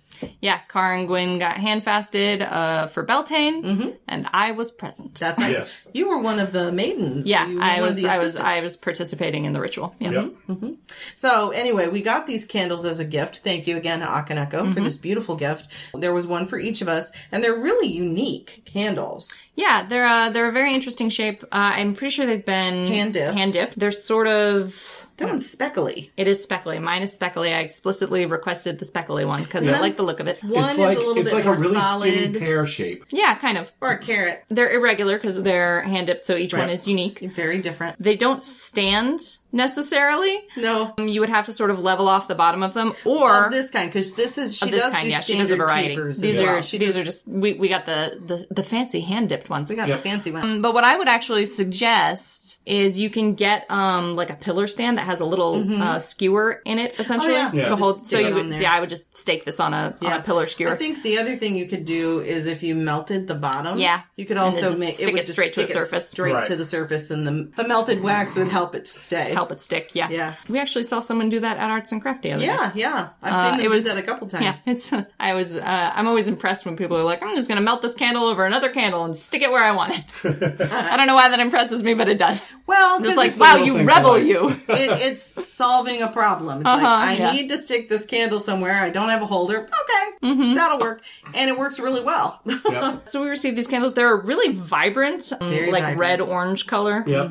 Yeah, Car and Gwyn got handfasted uh, for Beltane,
Mm-hmm.
and I was present.
That's right.
Yes.
You were one of the maidens.
yeah,
You were
I
one of
was,
the
I was,
assistants.
I was participating in the ritual. Yeah.
Yep.
So anyway, we got these candles as a gift. Thank you again to Akaneko
Mm-hmm.
for this beautiful gift. There was one for each of us, and they're really unique candles.
Yeah, they're uh, they're a very interesting shape. Uh, I'm pretty sure they've been
Hand dipped.
Hand dipped. They're sort of.
That one's speckly.
It is speckly. Mine is speckly. I explicitly requested the speckly one because I like the look of it.
One
It's
is
like
a little
it's
bit
like
more
a really
solid.
skinny pear shape.
Yeah, kind of.
or a carrot.
They're irregular because they're hand dipped, so each one
Right.
is unique.
Very different.
They don't stand necessarily.
No.
Um, You would have to sort of level off the bottom of them, or
Of this kind, because this is she
this
does
kind.
do
Yeah, she
standard
does a variety.
tapers as
These
well.
are
She
these
does-
are just we, we got the, the the fancy hand dipped ones.
we got the fancy one.
But what I would actually suggest is you can get um like a pillar stand that has a little uh, skewer in it essentially
Mm-hmm. Oh, yeah.
Yeah.
to hold.
Just
So
stick
you
it on
would
there.
yeah, I would just stake this on a on a pillar skewer.
I think the other thing you could do is if you melted the bottom,
Yeah.
you could
And then
also
just
make
stick it
would
straight to
stick
the
it
surface.
straight
Right.
to the surface, and the, the melted wax would help it to stay.
help it stick. Yeah,
Yeah.
We actually saw someone do that at Arts and Craft the other day.
Yeah, yeah. I've
Uh,
seen them
it was
do that a couple times.
Yeah, it's. I was. Uh, I'm always impressed when people are like, "I'm just going to melt this candle over another candle and stick it where I want it." I don't know why that impresses me, but it does.
Well,
I'm just
'cause
like,
it's-
"Wow,
little
you
things
rebel,
in
you."
it, it's solving a problem. It's like, I
Uh-huh. yeah.
need to stick this candle somewhere. I don't have a holder. Okay,
Mm-hmm.
that'll work. And it works really well.
Yep.
Mm-hmm.
So we received these candles. They're really vibrant, um,
Very
like
vibrant.
red orange color.
Yep.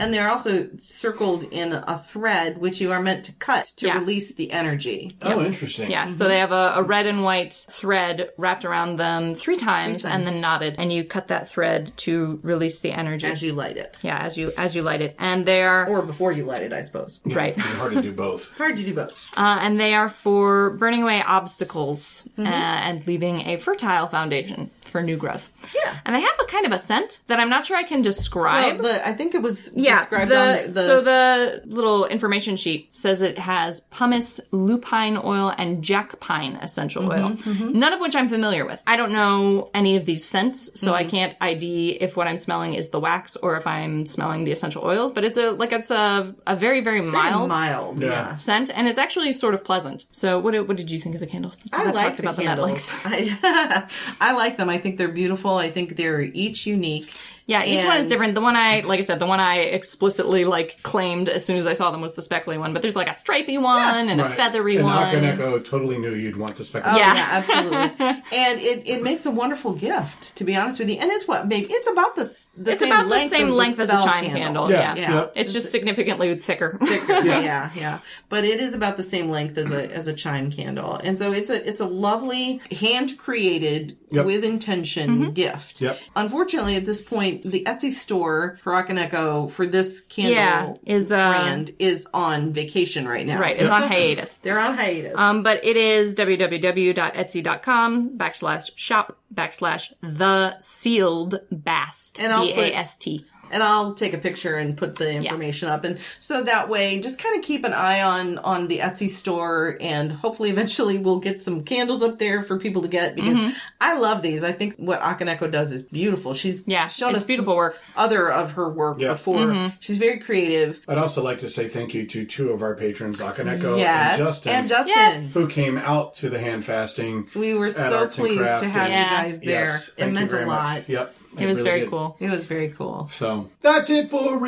and they're also circled in a thread, which you are meant to cut to
Yeah.
release the energy.
Oh, interesting.
Yeah, so they have a, a red and white thread wrapped around them three times, and then knotted, and you cut that thread to release the energy.
As you light it,
yeah, as you as you light it, and they are
or before you light it, I suppose.
right.
It's hard to do both.
Hard to do both.
Uh, and they are for burning away obstacles
Mm-hmm.
uh, and leaving a fertile foundation for new growth.
Yeah.
And they have a kind of a scent that I'm not sure I can describe.
Well, the, I think it was
yeah,
described
the-
on the, the
so the little information sheet says it has pumice, lupine oil, and jack pine essential oil.
Mm-hmm,
None of which I'm familiar with. I don't know any of these scents, so
Mm-hmm.
I can't ID if what I'm smelling is the wax or if I'm smelling the essential oils. But it's a like it's a a very very
very
mild
mild, yeah.
Yeah.
scent, and it's actually sort of pleasant. So, what did, what did you think of the candles? 'Cause
I
I've
like
talked
the candles.
length.
I, I like them. I think they're beautiful. I think they're each unique.
Yeah, each one is
And-
different. The one I, like I said, the one I explicitly like claimed as soon as I saw them was the speckly one. But there's like a stripy one and a
Right.
feathery
and
one.
Akaneko totally knew you'd want the spectacle.
Oh,
Yeah.
yeah. absolutely. and it, it makes a wonderful gift, to be honest with you. And it's what big. It's about the s- the
it's
same
about the
length
same
as
length as a
spell
chime candle. Yeah.
Yeah.
Yep.
it's just significantly thicker.
yeah. yeah, But it is about the same length as a as a chime candle, and so it's a it's a lovely hand created
Yep.
with intention
Mm-hmm.
gift.
Yep.
Unfortunately, at this point, the Etsy store for Akaneko for this candle
Yeah, is, uh,
brand is on vacation right now.
right, it's on hiatus.
They're on hiatus.
Um, but it is www.etsy.com backslash shop backslash the sealed bast
And I'll
b a s t.
and I'll take a picture and put the information up. And so that way, just kind of keep an eye on, on the Etsy store and hopefully eventually we'll get some candles up there for people to get because
Mm-hmm.
I love these. I think what Akaneko does is beautiful. She's
Yeah,
shown
it's
us
beautiful work. Mm-hmm.
other of her work
Yeah.
before. She's very creative.
I'd also like to say thank you to two of our patrons, Akaneko
yes.
Oh, and Justin,
And Justin.
Yes.
who came out to the hand fasting.
We were so
Arts and
pleased
Craft
to have
and- Yeah.
you guys there.
Yes,
it
thank you
meant
very
a lot.
Much. Yep,
It was
really
very
did.
cool.
It was very cool.
So that's it for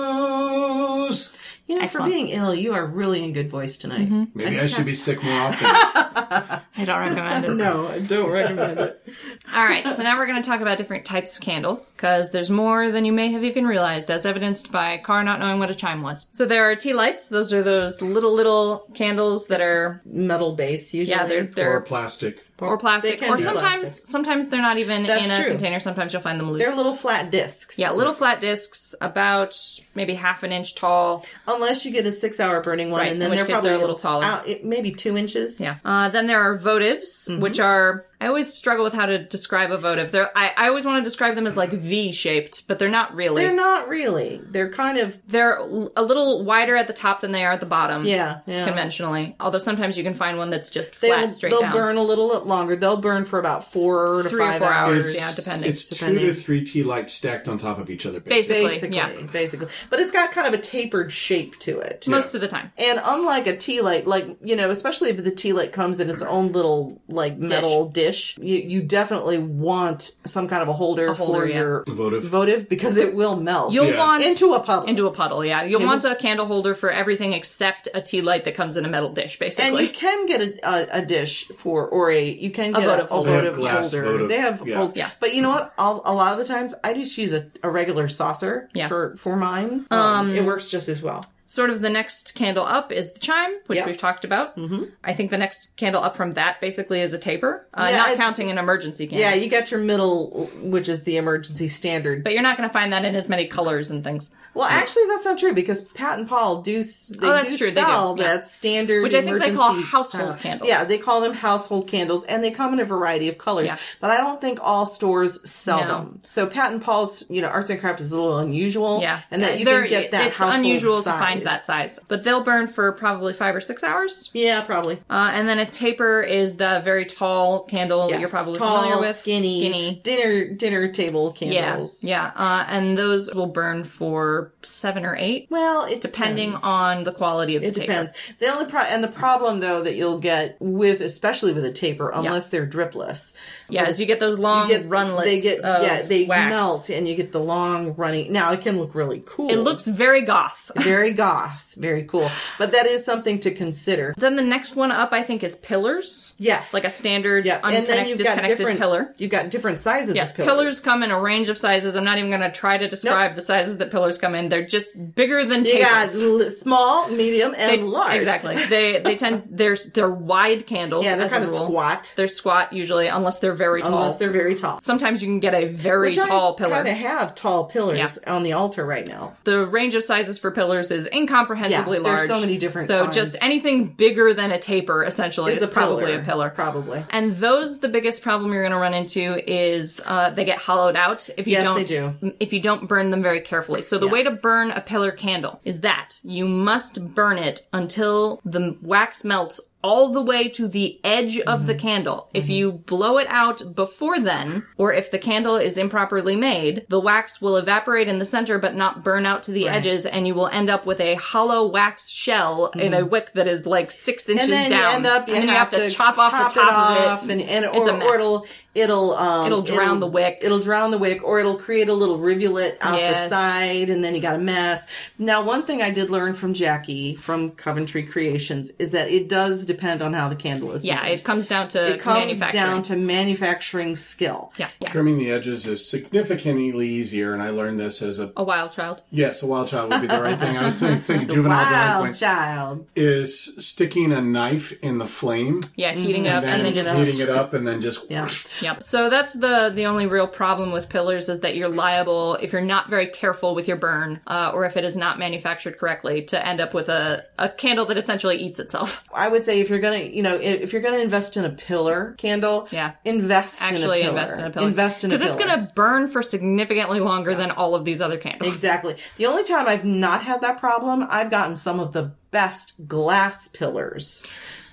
reviews.
You know,
Excellent. Mm-hmm.
for being ill, you are really in good voice tonight.
Maybe I should be sick more often.
I don't recommend it.
No, I don't recommend it.
All right, so now we're going to talk about different types of candles because there's more than you may have even realized, as evidenced by Car not knowing what a chime was. So there are tea lights; those are those little little candles that are
Metal base usually.
yeah, they're
or
they're
plastic.
or plastic,
can
or
be
sometimes
plastic.
sometimes they're not even
That's
in a
true.
container. Sometimes you'll find them loose.
They're little flat discs.
yeah, little flat discs, about maybe half an inch tall.
Unless you get a six hour burning one
Right,
and then
in which
they're
case
probably
they're a little taller.
Out, it, maybe two inches.
Yeah. Uh, then there are votives,
Mm-hmm.
which are I always struggle with how to describe a votive. They're I, I always want to describe them as like V shaped, but they're not really.
They're not really. They're kind of
they're l- a little wider at the top than they are at the bottom.
yeah. yeah.
Conventionally, although sometimes you can find one that's just
They'll,
flat straight
they'll
down.
burn a little longer. They'll burn for about four to
Three or
five
four
hours.
hours. yeah, depending.
It's two
Depending.
to three tea lights stacked on top of each other.
Basically.
Basically,
yeah.
basically. But it's got kind of a tapered shape to it.
most of the time.
And unlike a tea light, like you know, especially if the tea light comes in its own little like metal dish, you, you definitely want some kind of a holder,
holder,
for
yeah.
your
Votive.
votive because it will melt
You'll
Yeah.
want
into a puddle.
into a puddle. Yeah, you'll want a candle holder for everything except a tea light that comes in a metal dish,
and
basically.
you can get a, a, a dish for or a you can get a
votive holder.
votive, holder.
They
have glass votive,
They have
yeah.
hold-
Yeah.
but you know what? I'll, a lot of the times I just use a, a regular saucer
Yeah.
for for mine. Um, it works just as well.
sort of the next candle up is the chime, which
Yeah.
we've talked about. Mm-hmm. I think the next candle up from that basically is a taper, uh,
Yeah,
not
I-
counting an emergency candle.
Yeah, you got your middle, which is the emergency standard.
but you're not going to find that in as many colors and things.
Well, actually, that's not true because Pat and Paul do s- they
Oh, that's
do
true, they do,
sell
yeah.
that standard,
Which I think they call
emergency
household
style.
candles.
Yeah, they call them household candles, and they come in a variety of colors.
Yeah.
But I don't think all stores sell
No.
them. So Pat and Paul's, you know, arts and craft is a little unusual.
Yeah,
and that you
They're-
can get that
It's
household
unusual to
size.
find that size, but they'll burn for probably five or six hours.
Yeah, probably.
Uh, and then a taper is the very tall candle that you're
Yes,
probably
tall,
familiar with,
skinny,
skinny.
dinner dinner table
Yeah,
candles.
yeah, uh, and those will burn for seven or eight,
Well, it
depending
depends.
on the quality of the
It
taper.
depends. The only pro- and the problem though that you'll get with especially with a taper, unless they're dripless,
Yeah, as you get those long
get
runlets
They get
of
yeah, they
wax.
melt, and you get the long running. Now it can look really cool.
It looks very goth.
very goth, very cool. But that is something to consider.
then the next one up, I think, is pillars.
Yes,
Like a standard,
yeah, and then
unconnect-
you've got
disconnected
different
pillar.
You've got different sizes.
Yes,
of
pillars. come in a range of sizes. I'm not even going to try to describe the sizes that pillars come in. They're just bigger than
You got
tapers.
l- small, medium, and
They-
large.
Exactly. They they tend they're they're wide candles.
Yeah, they're
as
kind
a
of
rule.
squat
They're squat usually, unless they're very tall.
unless they're very tall.
Sometimes you can get a very tall pillar.
Kind of have tall pillars on the altar right now.
the range of sizes for pillars is incomprehensibly
Yeah,
large.
there's so many different
So
kinds.
just anything bigger than a taper essentially is,
It's a
probably
pillar,
a pillar.
probably.
And those, the biggest problem you're going to run into is uh, they get hollowed out if you
Yes,
don't
they do.
if you don't burn them very carefully. So the way to burn a pillar candle is that you must burn it until the wax melts all the way to the edge of the
Mm-hmm.
candle. If you blow it out before then, or if the candle is improperly made, the wax will evaporate in the center but not burn out to the edges, and you will end up with a hollow wax shell in
Mm-hmm.
a wick that is like six inches
and then
down.
you end up you,
and then
have,
you have to, chop off the top
it
of
off
it.
and, and
It's
or,
a mess.
or it'll it'll um,
It'll drown the wick.
it'll drown the wick or it'll create a little rivulet out
Yes.
the side and then you got a mess now one thing i did learn from jackie from coventry creations is that it does depend on how the candle is
yeah,
made.
it comes down to
it comes
manufacturing.
down to manufacturing skill
yeah, yeah.
Trimming the edges is significantly easier, and I learned this as a
A wild child.
yes, a wild child would be the right thing. I was thinking, thinking juvenile
Wow,
delinquent
child.
is sticking a knife in the flame,
Yeah,
Mm-hmm.
heating up and then
then
just
heating it up, and then just
Yeah.
Yep. So that's the the only real problem with pillars is that you're liable if you're not very careful with your burn, uh, or if it is not manufactured correctly, to end up with a a candle that essentially eats itself.
I would say say if you're gonna, you know, i- if you're gonna invest in a pillar candle,
Yeah.
invest
Actually,
in a pillar.
invest in a pillar.
Invest in a
Because it's
pillar.
going to burn for significantly longer than all of these other candles.
Exactly. The only time I've not had that problem, I've gotten some of the best glass pillars.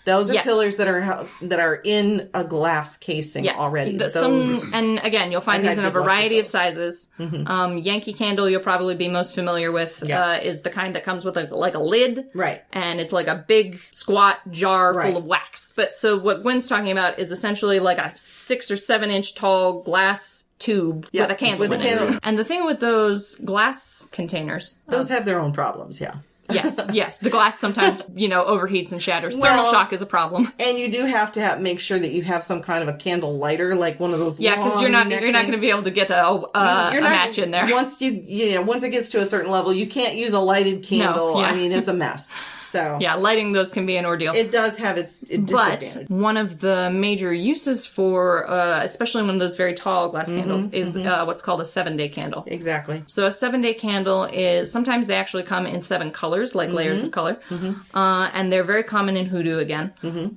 Those are
Yes.
pillars that are that are in a glass casing
Yes,
already.
The-
Those-
some, and again, you'll find
I've
these in
had
a
good luck with
variety of
those. Mm-hmm.
sizes. Um, Yankee Candle, you'll probably be most familiar with,
Yeah.
uh, is the kind that comes with a, like a lid,
Right.
And it's like a big squat jar
Right.
full of wax. But so what Gwen's talking about is essentially like a six or seven inch tall glass tube
Yeah,
with a candle
with a
in it.
candle.
And the thing with those glass containers,
Those have their own problems, yeah.
yes, yes, the glass sometimes you know overheats and shatters. Thermal
Well-
shock is a problem.
And you do have to have, make sure that you have some kind of a candle lighter, like one of those.
Yeah, because you're not
long neck
you're not
thing.
going to be able to get a, uh,
You're
a
not-
match in there.
Once you, yeah, once it gets to a certain level, you can't use a lighted candle.
yeah.
I mean, it's a mess. So
Yeah, lighting those can be an ordeal.
it does have its, its
but
disadvantage.
one of the major uses for, uh, especially one of those very tall glass
Mm-hmm,
candles, is uh, what's called a seven day candle.
Exactly.
So a seven day candle is sometimes they actually come in seven colors,
Mm-hmm,
like layers of color, uh, and they're very common in hoodoo again,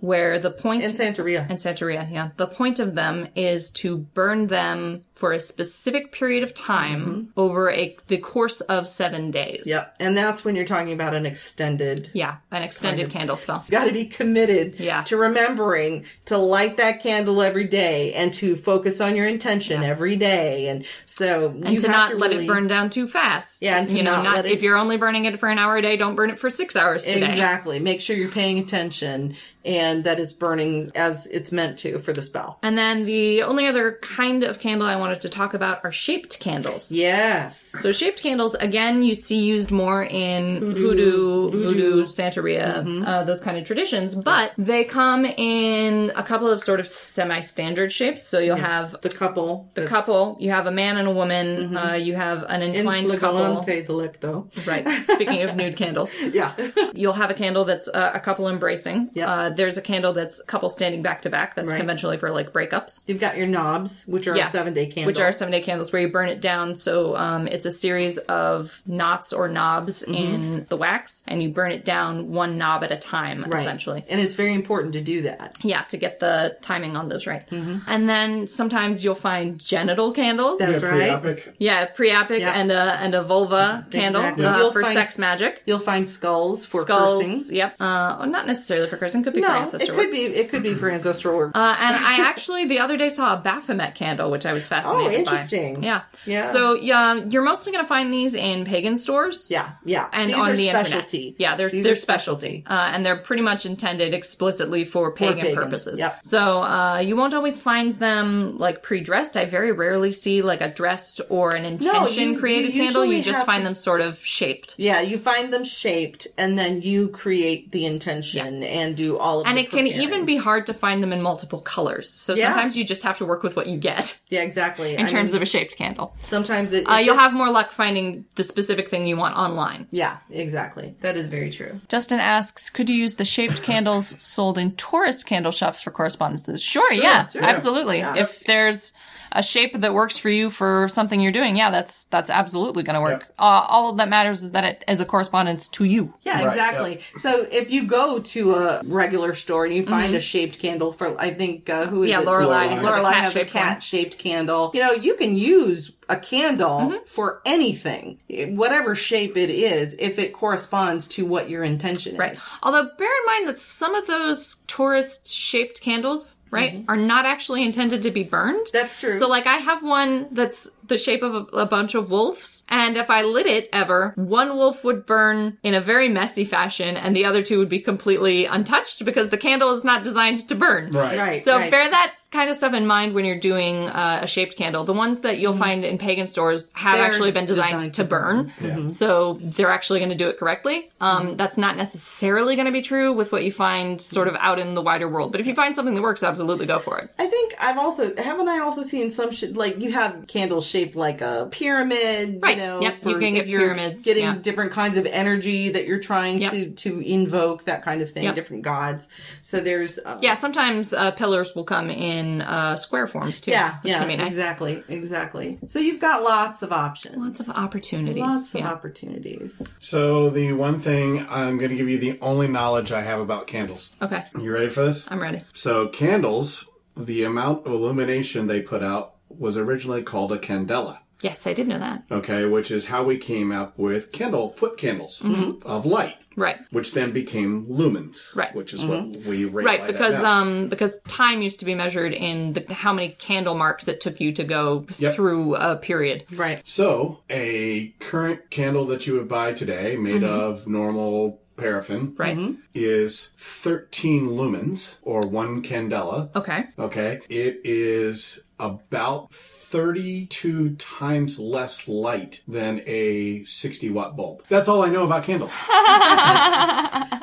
where the point
Mm-hmm. And Santeria.
and Santeria, yeah. The point of them is to burn them for a specific period of time over a the course of seven days.
Mm-hmm. Yep. And that's when you're talking about an extended. You
Yeah, an extended candle spell.
got to be committed
Yeah.
to remembering to light that candle every day and to focus on your intention every day. And so
and
you
to
have
not
to
let
really-
it burn down too fast.
Yeah, and to
you know,
not let it-
if you're only burning it for an hour a day, don't burn it for six hours today.
Exactly. Make sure you're paying attention and that it's burning as it's meant to for the spell.
And then the only other kind of candle I wanted to talk about are shaped candles.
Yes.
So shaped candles again, you see used more in hoodoo, voodoo, Santeria,
mm-hmm.
uh, those kind of traditions. But they come in a couple of sort of semi-standard shapes. So you'll have
The couple.
the couple, you have a man and a woman,
Mm-hmm.
uh, you have an entwined couple.
delicto.
Right. Speaking of nude candles.
Yeah.
You'll have a candle that's uh, a couple embracing.
Yep.
Uh, there's a candle that's a couple standing back to back. That's
Right.
conventionally for like breakups.
You've got your knobs, which are
Yeah.
a seven day candle.
Which are seven day candles where you burn it down. So um, it's a series of knots or knobs
Mm-hmm.
in the wax, and you burn it down one knob at a time,
Right.
essentially.
And it's very important to do that.
Yeah, to get the timing on those right.
Mm-hmm.
And then sometimes you'll find genital candles.
That's
Yeah,
right.
preopic.
yeah, preapic
Yeah.
and a and a vulva candle
Exactly.
uh,
You'll
for
find-
sex magic.
You'll find skulls for
Skulls,
cursing.
yep. Uh, not necessarily for cursing, could be for
No,
ancestor
it
work.
could be it could be for ancestral work.
Uh, and I actually the other day saw a Baphomet candle, which I was fascinated by.
Oh, interesting.
Yeah.
Yeah.
So yeah, you're mostly going to find these in pagan stores.
yeah, yeah.
And
These
on
are
the
specialty.
internet. Yeah, they're
These
they're
are
specialty. Uh, and they're pretty much intended explicitly for pagan
pagans,
purposes.
yep.
So uh, you won't always find them like pre-dressed. I very rarely see like a dressed or an intention
you-
created
you
candle. You
usually
just
have
find
to-
them sort of shaped.
Yeah, you find them shaped and then you create the intention and do all of
And
the
it can
preparing.
even be hard to find them in multiple colors. So
Yeah.
sometimes you just have to work with what you get
Yeah, exactly.
in terms of a shaped candle.
sometimes it,
Uh, you'll
it's-
have more luck finding the specific thing you want online.
Yeah, exactly. That is very true.
Justin asks, could you use the shaped candles sold in tourist candle shops for correspondences? Sure, yeah,
sure.
absolutely.
Yeah.
If there's a shape that works for you for something you're doing, yeah, that's that's absolutely going to work.
Yep.
Uh, all that matters is that it is a correspondence to you.
Yeah, exactly. So if you go to a regular store and you find a shaped candle for, I think, uh, who is
Mm-hmm. Yeah,
it?
Lorelei
has a
Lorelei has a
cat-shaped one.
cat shaped candle. You know, you can use a candle
Mm-hmm.
for anything, whatever shape it is, if it corresponds to what your intention
Right.
is.
Although bear in mind that some of those tourist shaped candles, right, are not actually intended to be burned.
Mm-hmm. That's true.
So, like, I have one that's the shape of a, a bunch of wolves, and if I lit it ever, one wolf would burn in a very messy fashion, and the other two would be completely untouched because the candle is not designed to burn.
Right.
Right.
So bear that kind of stuff in mind when you're doing uh, a shaped candle. The ones that you'll find in pagan stores have
Mm-hmm. They're
actually been designed,
designed
to
to Mm-hmm.
burn, so they're actually going to do it correctly. Um, That's not necessarily going to be true with what you find sort of out in the wider world. But if you find something that works, absolutely go for it.
I think I've also haven't I also seen some sh- like you have candles shaped like a pyramid,
Right.
You know,
Yep. You can
if
get
you're
pyramids,
getting
yeah.
different kinds of energy that you're trying
Yep.
to to invoke, that kind of thing,
Yep.
different gods. So there's um,
Yeah, sometimes uh, pillars will come in uh, square forms too.
yeah,
which
yeah,
can be nice.
exactly, exactly. So you've got lots of options.
Lots of opportunities.
Lots of
yeah.
opportunities.
So, the one thing I'm going to give you the only knowledge I have about candles.
okay,
You ready for this?
I'm ready.
So, candles, the amount of illumination they put out was originally called a candela.
Yes, I did know that.
Okay, which is how we came up with candle foot candles of light,
Right.
which then became lumens,
Mm-hmm. Right. Mm-hmm.
Which is what we rate
Right,
light at
because
now.
um because time used to be measured in the, how many candle marks it took you to go
Yep.
through a period.
Right.
So, a current candle that you would buy today, made of normal paraffin,
Mm-hmm. Right.
is 13 lumens or one candela.
Okay.
Okay. It is about 32 times less light than a 60 watt bulb. That's all I know about candles.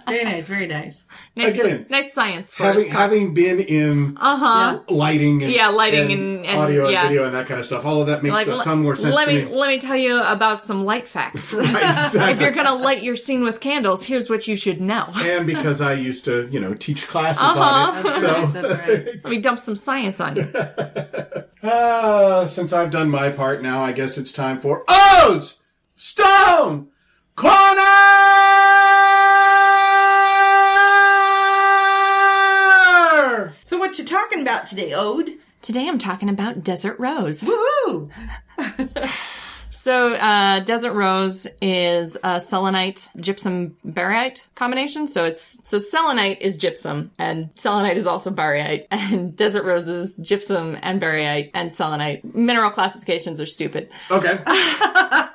Very nice. Very nice.
Nice,
Again,
nice science for us.
having, having been in
Uh
lighting and
Yeah, lighting and- and-
audio and
yeah.
video and that kind of stuff, all of that makes a ton more sense
let
to
me,
me.
let me tell you about some light facts. If
exactly.
you're gonna light your scene with candles, here's what you should know.
and because I used to, you know, teach classes on it.
Uh-huh.
That's
so
right. That's right.
We dump some science on you.
Uh, since I've done my part now, I guess it's time for Odes Stone Corner!
So what you talking about today, Ode?
Today I'm talking about Desert Rose.
Woohoo!
So, uh, Desert Rose is a selenite gypsum baryite combination. So it's, so selenite is gypsum and selenite is also baryite and Desert Rose is gypsum and baryite and selenite. Mineral classifications are stupid.
Okay.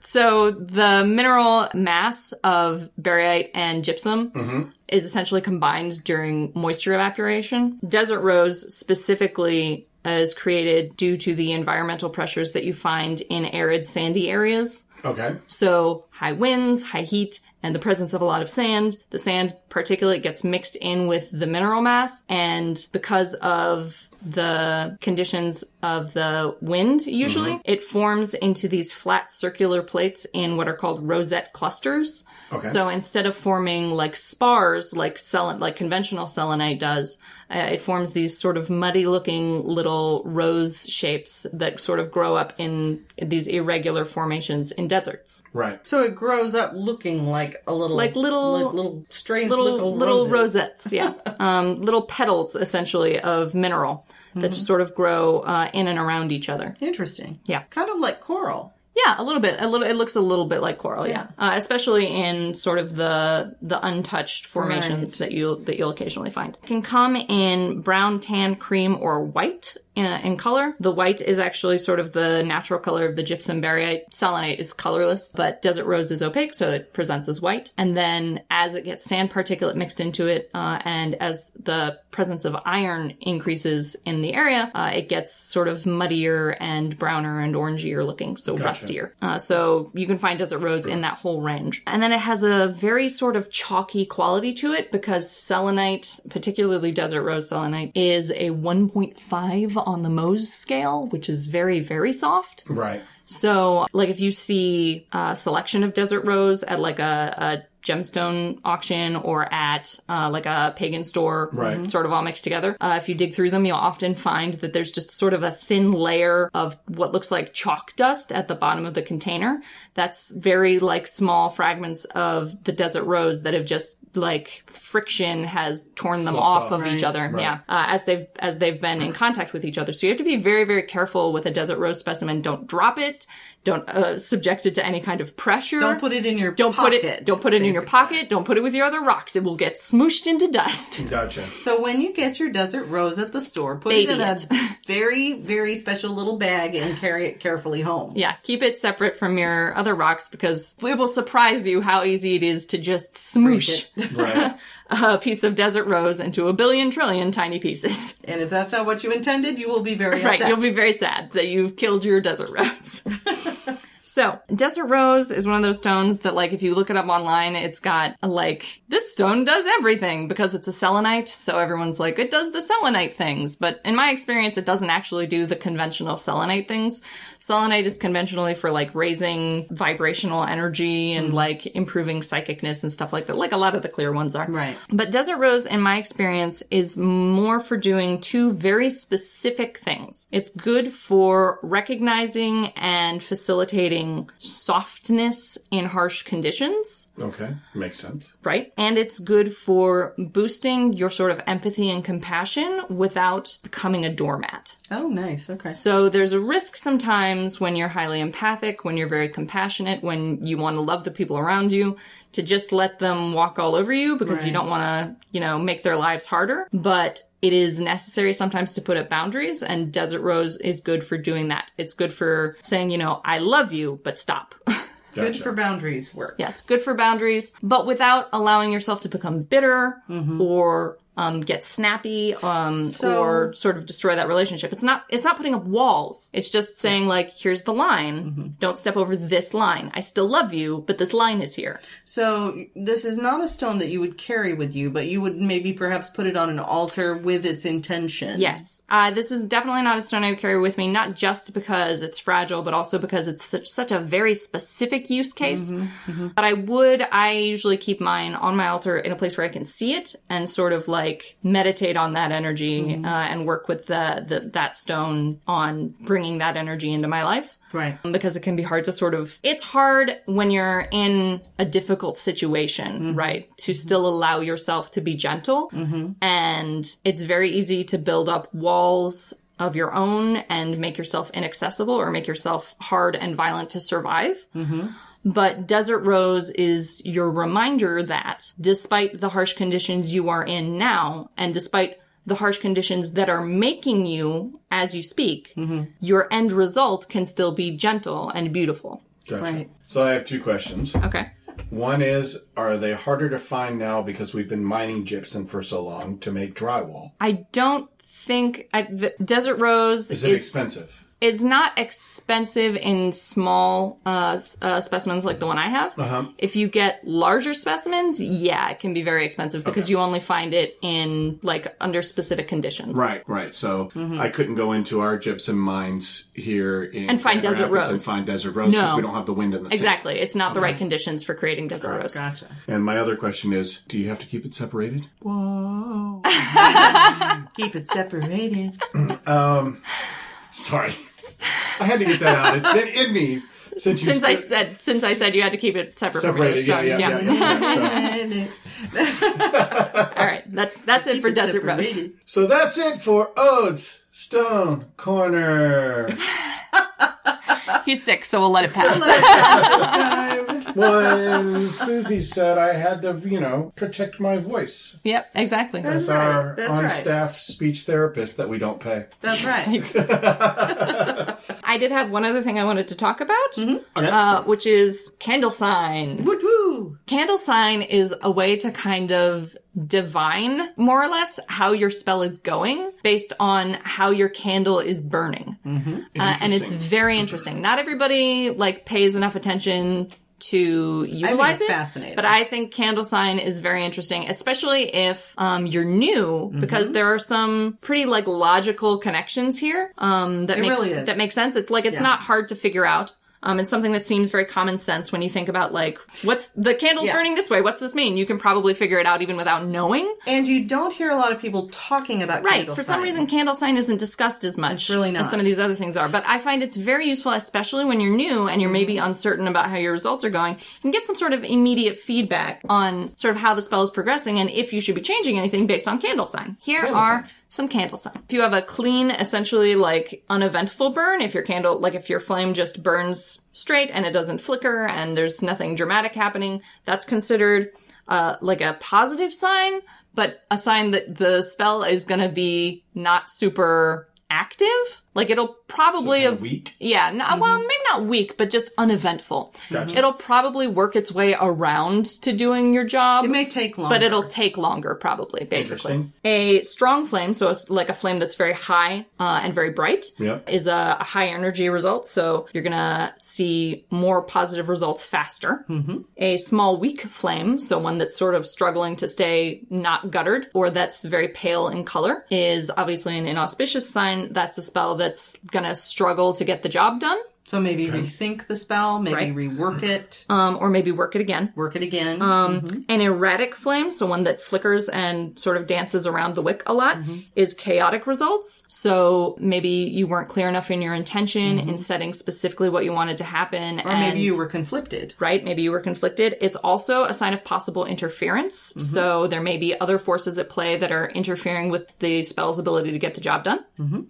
So the mineral mass of baryite and gypsum is essentially combined during moisture evaporation. Desert rose specifically is created due to the environmental pressures that you find in arid sandy areas.
Okay.
So high winds, high heat, and the presence of a lot of sand. The sand particulate gets mixed in with the mineral mass, and because of the conditions of the wind, usually it forms into these flat circular plates in what are called rosette clusters.
Okay.
So instead of forming like spars, like selen- like conventional selenite does, uh, it forms these sort of muddy-looking little rose shapes that sort of grow up in these irregular formations in deserts.
Right.
So it grows up looking like a little,
Like little-
like little strange
little
little,
little
roses.
rosettes, yeah, um, little petals essentially of mineral that just sort of grow uh, in and around each other.
Interesting.
Yeah.
Kind of like coral.
Yeah, a little bit. A little. It looks a little bit like coral. Yeah, Uh, especially in sort of the the untouched formations that you that you'll occasionally find. It can come in brown, tan, cream, or white in, in color. The white is actually sort of the natural color of the gypsum baryite. Selenite is colorless, but desert rose is opaque, so it presents as white. And then as it gets sand particulate mixed into it, uh, and as the presence of iron increases in the area, uh, it gets sort of muddier and browner and orangier looking, so rustier. Uh, so you can find desert rose in that whole range. And then it has a very sort of chalky quality to it because selenite, particularly desert rose selenite, is a 1.5 on the Mohs scale, which is very, very soft.
Right.
So, like, if you see a selection of desert rose at like a, a gemstone auction or at uh, like a pagan store,
Right.
sort of all mixed together, uh, if you dig through them, you'll often find that there's just sort of a thin layer of what looks like chalk dust at the bottom of the container. That's very like small fragments of the desert rose that have just like friction has torn them off, of each other yeah uh, as they've as they've been in contact with each other so you have to be very very careful with a desert rose specimen don't drop it don't uh, subject it to any kind of pressure
Don't put it in your
don't put
pocket.
it don't put it in your pocket don't put it with your other rocks it will get smooshed into dust
Gotcha.
So when you get your desert rose at the store, put it in
Baby
a very, very special little bag and carry it carefully home.
yeah keep it separate from your other rocks because it will surprise you how easy it is to just smoosh
Right.
a piece of desert rose into a billion trillion tiny pieces
And if that's not what you intended, you will be very
Right,
upset.
you'll be very sad that you've killed your desert rose. So, Desert Rose is one of those stones that, like, if you look it up online, it's got, like, this stone does everything because it's a selenite. So everyone's like, it does the selenite things. But in my experience, it doesn't actually do the conventional selenite things. Selenite is conventionally for, like, raising vibrational energy and, like, improving psychicness and stuff like that, like a lot of the clear ones are.
Right.
But Desert Rose, in my experience, is more for doing two very specific things. It's good for recognizing and facilitating softness in harsh conditions,
Okay, makes sense.
right? And it's good for boosting your sort of empathy and compassion without becoming a doormat.
Oh, nice. Okay.
So there's a risk sometimes when you're highly empathic, when you're very compassionate, when you want to love the people around you, to just let them walk all over you because you
Right.
don't want to, you know, make their lives harder. But it is necessary sometimes to put up boundaries, and Desert Rose is good for doing that. It's good for saying, you know, I love you, but stop.
Good for boundaries work.
yes, good for boundaries, but without allowing yourself to become bitter or um, get snappy um,
So-
or sort of destroy that relationship. It's not it's not putting up walls. It's just saying like, here's the line. Don't step over this line. I still love you, but this line is here.
So this is not a stone that you would carry with you, but you would maybe perhaps put it on an altar with its intention.
Yes, uh, this is definitely not a stone I would carry with me. Not just because it's fragile, but also because it's such such a very specific use case. But I would I usually keep mine on my altar in a place where I can see it and sort of like meditate on that energy uh, and work with the, the that stone on bringing that energy into my life
Right.
um, because it can be hard to sort of it's hard when you're in a difficult situation right to still allow yourself to be gentle and it's very easy to build up walls of your own and make yourself inaccessible or make yourself hard and violent to survive but Desert Rose is your reminder that despite the harsh conditions you are in now, and despite the harsh conditions that are making you as you speak, your end result can still be gentle and beautiful.
Gotcha.
Right.
So I have two questions.
Okay.
One is, are they harder to find now because we've been mining gypsum for so long to make drywall?
I don't think I, the Desert Rose
Is it expensive?
it's not expensive in small uh, s- uh, specimens like the one I have.
Uh-huh.
If you get larger specimens, yeah, it can be very expensive because you only find it in like under specific conditions.
Right, right. So
Mm-hmm.
I couldn't go into our gypsum mines here in
And find
Grand
Desert
Rapids And
Rose.
find desert rose because
No.
we don't have the wind in the
Exactly. It's not the right conditions for creating desert rose.
Gotcha.
Sand. And my other question is, do you have to keep it separated? Whoa.
Keep it separated.
Sorry, I had to get that out. It's been in me since you
Since I
said-
said since I said you had to keep it separate
separated.
from
Yeah,
the other
yeah,
stones.
yeah. yeah, yeah.
All right. That's that's it for desert rose.
So, so that's it for Ode's Stone Corner.
He's sick, so we'll let it pass.
Well, Susie said I had to, you know, protect my voice.
yep, exactly.
That's our
That's right.
on staff speech therapist that we don't pay.
That's right.
I did have one other thing I wanted to talk about,
Okay.
uh, which is candle sign.
Woot woo.
Candle sign is a way to kind of divine, more or less, how your spell is going based on how your candle is burning.
Mm-hmm.
Uh, and it's very interesting. Not everybody like pays enough attention to utilize
it's
it.
fascinating.
But I think candle sign is very interesting, especially if um, you're new,
Mm-hmm.
because there are some pretty like logical connections here um, that makes
really is.
that makes sense. It's like it's not hard to figure out. Um, it's something that seems very common sense when you think about like what's the candle's
Yeah.
burning this way. What's this mean? You can probably figure it out even without knowing.
And you don't hear a lot of people talking about
Right.
candle
For some
sign.
reason, candle sign isn't discussed as much. It's
really
As
not.
some of these other things are. But I find it's very useful, especially when you're new and you're maybe
Mm-hmm.
uncertain about how your results are going. You can get some sort of immediate feedback on sort of how the spell is progressing and if you should be changing anything based on candle sign. Here are
sign.
some candle sign. If you have a clean, essentially like uneventful burn, if your candle, like if your flame just burns straight and it doesn't flicker and there's nothing dramatic happening, that's considered uh, like a positive sign, but a sign that the spell is going to be not super active. Like it'll probably
Kinda
have-
weak.
yeah, no, well,
Mm-hmm.
maybe not weak, but just uneventful.
Gotcha.
It'll probably work its way around to doing your job.
It may take longer.
but it'll take longer, probably, basically.
Interesting.
A strong flame, so it's like a flame that's very high uh, and very bright,
Yep.
is a, a high energy result, so you're gonna see more positive results faster. Mm-hmm. A small, weak flame, so one that's sort of struggling to stay not guttered or that's very pale in color, is obviously an inauspicious sign. That's a spell that's gonna struggle to get the job done,
So maybe rethink the spell, maybe
Right.
rework it,
um, or maybe work it again.
work it again.
Um, An erratic flame, so one that flickers and sort of dances around the wick a lot,
Mm-hmm.
is chaotic results. So maybe you weren't clear enough in your intention in setting specifically what you wanted to happen.
Mm-hmm. or maybe you were conflicted.
Right, maybe you were conflicted. It's also a sign of possible interference.
Mm-hmm.
So there may be other forces at play that are interfering with the spell's ability to get the job done.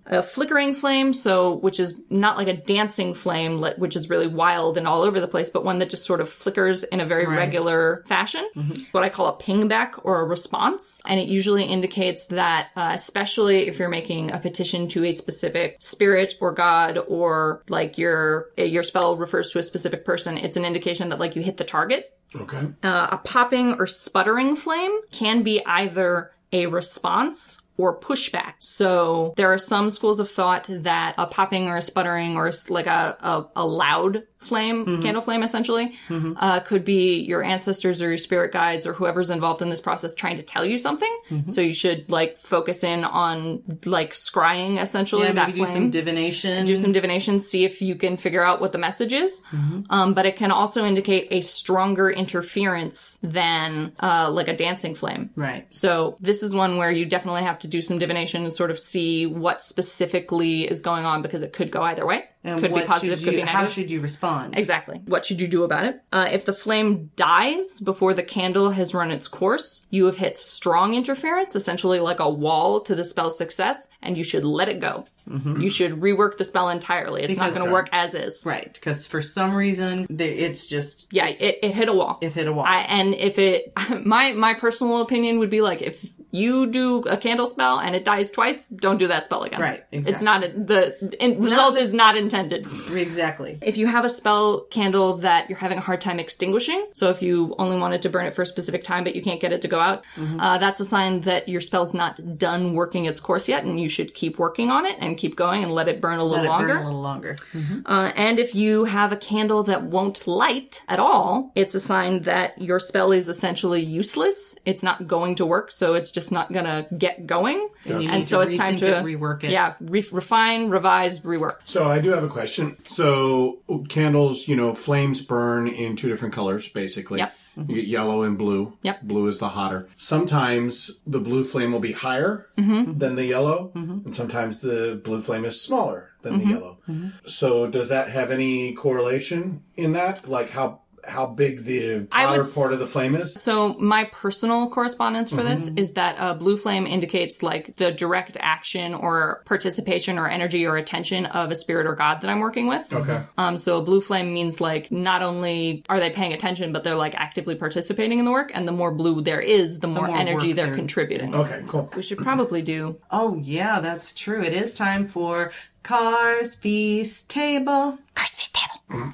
A flickering flame, so which is not like a dancing flame, li- which is really wild and all over the place, but one that just sort of flickers in a very regular fashion. What I call a ping back or a response, and it usually indicates that, uh, especially if you're making a petition to a specific spirit or god or like your your spell refers to a specific person, it's an indication that like you hit the target
Okay.
a popping or sputtering flame can be either a response or pushback. So there are some schools of thought that a popping or a sputtering or s- like a, a, a loud flame,
Mm-hmm.
candle flame essentially, uh, could be your ancestors or your spirit guides or whoever's involved in this process trying to tell you something.
Mm-hmm.
So you should like focus in on like scrying essentially
Yeah,
that
maybe do
flame
some divination.
do some divination, see if you can figure out what the message is.
Mm-hmm.
Um, but it can also indicate a stronger interference than uh, like a dancing flame.
right.
So this is one where you definitely have to do some divination and sort of see what specifically is going on because it could go either way.
And
could
what
be positive,
should
could
you,
be negative.
How should you respond?
Exactly. What should you do about it? Uh, if the flame dies before the candle has run its course, you have hit strong interference, essentially like a wall to the spell's success, and you should let it go. You should rework the spell entirely. It's not
Mm-hmm. Because- uh,
going to work as is.
Right, because for some reason they, it's just
Yeah, it, it hit a wall.
it hit a wall.
I, and if it, my my personal opinion would be like if you do a candle spell and it dies twice, don't do that spell again.
Right,
It's not a, the in, result is not intended.
exactly.
If you have a spell candle that you're having a hard time extinguishing, so if you only wanted to burn it for a specific time but you can't get it to go out,
Mm-hmm.
uh, that's a sign that your spell's not done working its course yet, and you should keep working on it and keep going and let it burn a little
Let it burn
longer.
a little longer.
Uh, and if you have a candle that won't light at all, it's a sign that your spell is essentially useless. It's not going to work, so it's just not going to get going.
And, you need
And so it's time
rethink
to
it, rework it.
Yeah, re- refine, revise, rework.
So I do have a question. So candles, you know, flames burn in two different colors, basically.
Yep.
You get yellow and blue.
Yep.
Blue is the hotter. Sometimes the blue flame will be higher
Mm-hmm.
than the yellow, and sometimes the blue flame is smaller than
Mm-hmm.
the yellow. So does that have any correlation in that? Like how how big the
I would
hotter part of the flame is?
So my personal correspondence for this is that uh, blue flame indicates like the direct action or participation or energy or attention of a spirit or god that I'm working with.
Okay.
Um, so blue flame means like not only are they paying attention, but they're like actively participating in the work. And the more blue there is, the more,
more
energy
work
they're
they're-
contributing.
Okay, cool.
We should probably do
Oh yeah, that's true. It is time for Cars Feast Table.
Crispy's table.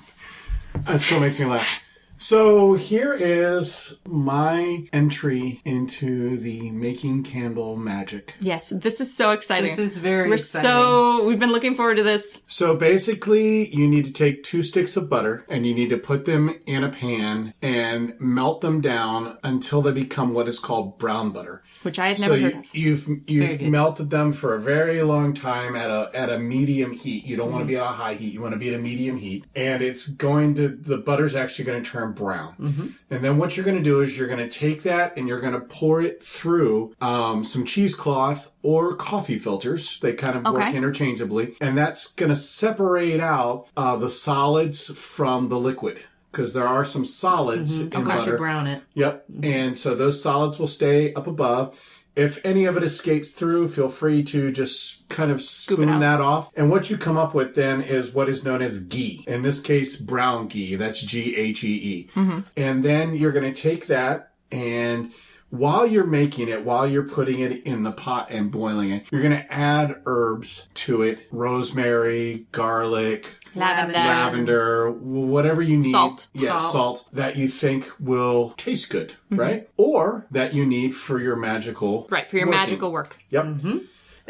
That still makes me laugh. So here is my entry into the making candle magic.
Yes, this is so exciting.
This is very
We're
exciting.
so we've been looking forward to this.
So basically, you need to take two sticks of butter and you need to put them in a pan and melt them down until they become what is called brown butter.
Which I had never
so
heard
you,
of.
you've
very
you've
good.
melted them for a very long time at a at a medium heat. You don't
Mm-hmm.
want to be at a high heat. You want to be at a medium heat, and it's going to the butter's actually going to turn brown.
Mm-hmm.
And then what you're going to do is you're going to take that and you're going to pour it through um, some cheesecloth or coffee filters. They kind of work
Okay.
interchangeably, and that's going to separate out uh, the solids from the liquid. Because there are some solids
Mm-hmm.
in
I should
butter.
brown it.
Yep. And so those solids will stay up above. If any of it escapes through, feel free to just kind of
it
spoon
out.
that off. And what you come up with then is what is known as ghee. In this case,
Mm-hmm.
brown ghee. That's G H E E. And then you're going to take that and while you're making it, while you're putting it in the pot and boiling it, you're going to add herbs to it rosemary, garlic,
Lavender.
lavender, whatever you need.
Salt.
Yeah,
Salt.
salt. that you think will taste good, right? Or that you need for your magical.
Mm-hmm. Right, for your
working.
magical work.
Yep.
As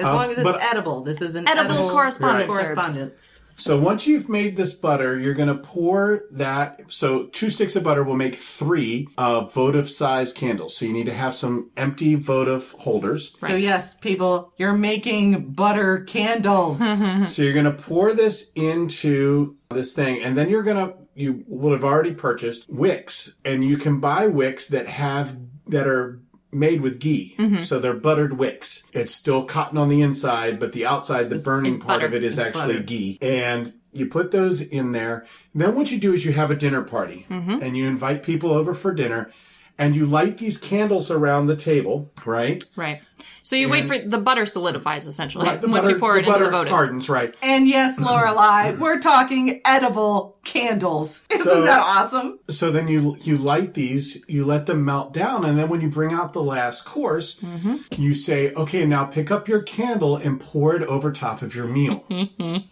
long as it's
Um, but-
edible. This is an
Edible
edible,
correspondence herbs.
correspondence.
So once you've made this butter, you're going to pour that. So two sticks of butter will make three uh, votive size candles. So you need to have some empty votive holders.
So yes, people, you're making butter candles.
Mm-hmm.
So you're going to pour this into this thing, and then you're going to you will have already purchased wicks, and you can buy wicks that have that are made with ghee.
Mm-hmm.
So they're buttered wicks. It's still cotton on the inside, but the outside, the burning
it's
part of
butter.
it is actually
butter.
ghee. And you put those in there. Then what you do is you have a dinner party,
Mm-hmm.
and you invite people over for dinner. And you light these candles around the table, right?
Right. So you wait for the butter solidifies essentially
The
once
butter-
you pour it
the
into the
butter
votive.
hardens, right?
and yes, Lorelai, we're talking edible candles. Isn't
So-
that awesome?
so then you you light these, you let them melt down, and then when you bring out the last course,
Mm-hmm.
you say, "Okay, now pick up your candle and pour it over top of your meal."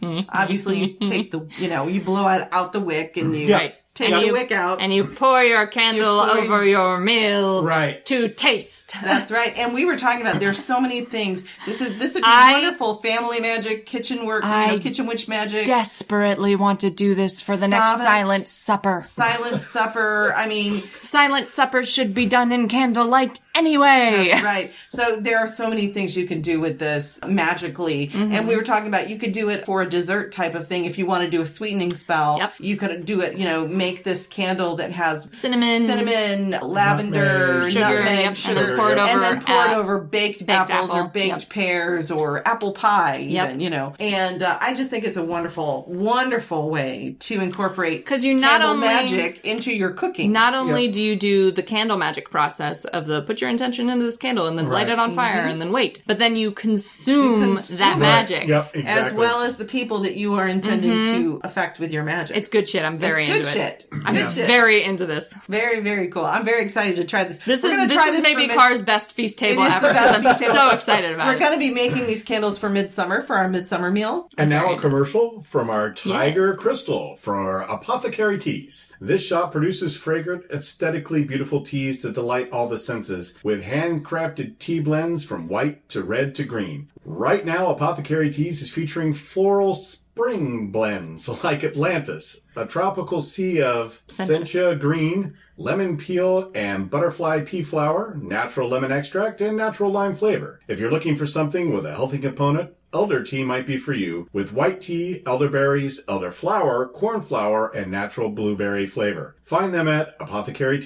Obviously, you
Mm-hmm.
take the you know you blow out, out the wick and you
Yeah.
Right.
take
And
the
you-
wick out.
And you pour your candle
You pour-
over your meal
Right.
to taste.
That's right. And we were talking about there's so many things. This is this would be
I-
wonderful family magic, kitchen work, you know,
I
kitchen witch magic,
Desperately want to do this for the
Stop
next
it.
silent supper.
silent supper. I mean,
Silent suppers should be done in candlelight anyway.
right. So there are so many things you can do with this magically.
Mm-hmm.
And we were talking about you could do it for a dessert type of thing. If you want to do a sweetening spell,
Yep.
you could do it, you know, make this candle that has
Cinnamon.
cinnamon, lavender,
Nutmeg,
nutmeg,
Sugar, yep, and
sugar,
then pour it over,
and then pour it
uh,
over baked, apples
apple,
or baked
yep.
pears or apple pie, even,
Yep.
you know. And uh, I just think it's a wonderful, wonderful way to incorporate
'Cause you not
candle
only-
magic into your cooking.
Not only do you do the candle magic process of the put your intention into this candle and then light
Right.
it on fire and then wait, but then you consume,
Mm-hmm. You consume
that
it.
magic.
Yep, exactly.
As well as the people that you are intending to affect with your magic.
Mm-hmm. It's good shit. I'm very
good
into it.
shit.
I'm
Good shit.
very into this.
Very, very cool. I'm very excited to try this.
This
We're
is
gonna
this
try
is
for
maybe
mid-
Car's best feast table
It is
ever.
the best
I'm
feast table.
so excited about
We're
it.
going to be making these candles for midsummer for our midsummer meal.
And now
Very
a
nice.
commercial from our Tiger
Yes.
Crystal for Apothecary Teas. This shop produces fragrant, aesthetically beautiful teas to delight all the senses with handcrafted tea blends from white to red to green. Right now, Apothecary Teas is featuring floral spring blends like Atlantis, a tropical sea of Sencha green, lemon peel and butterfly pea flower, natural lemon extract, and natural lime flavor. If you're looking for something with a healthy component, Elder tea might be for you with white tea, elderberries, elderflower, cornflower, and natural blueberry flavor. Find them at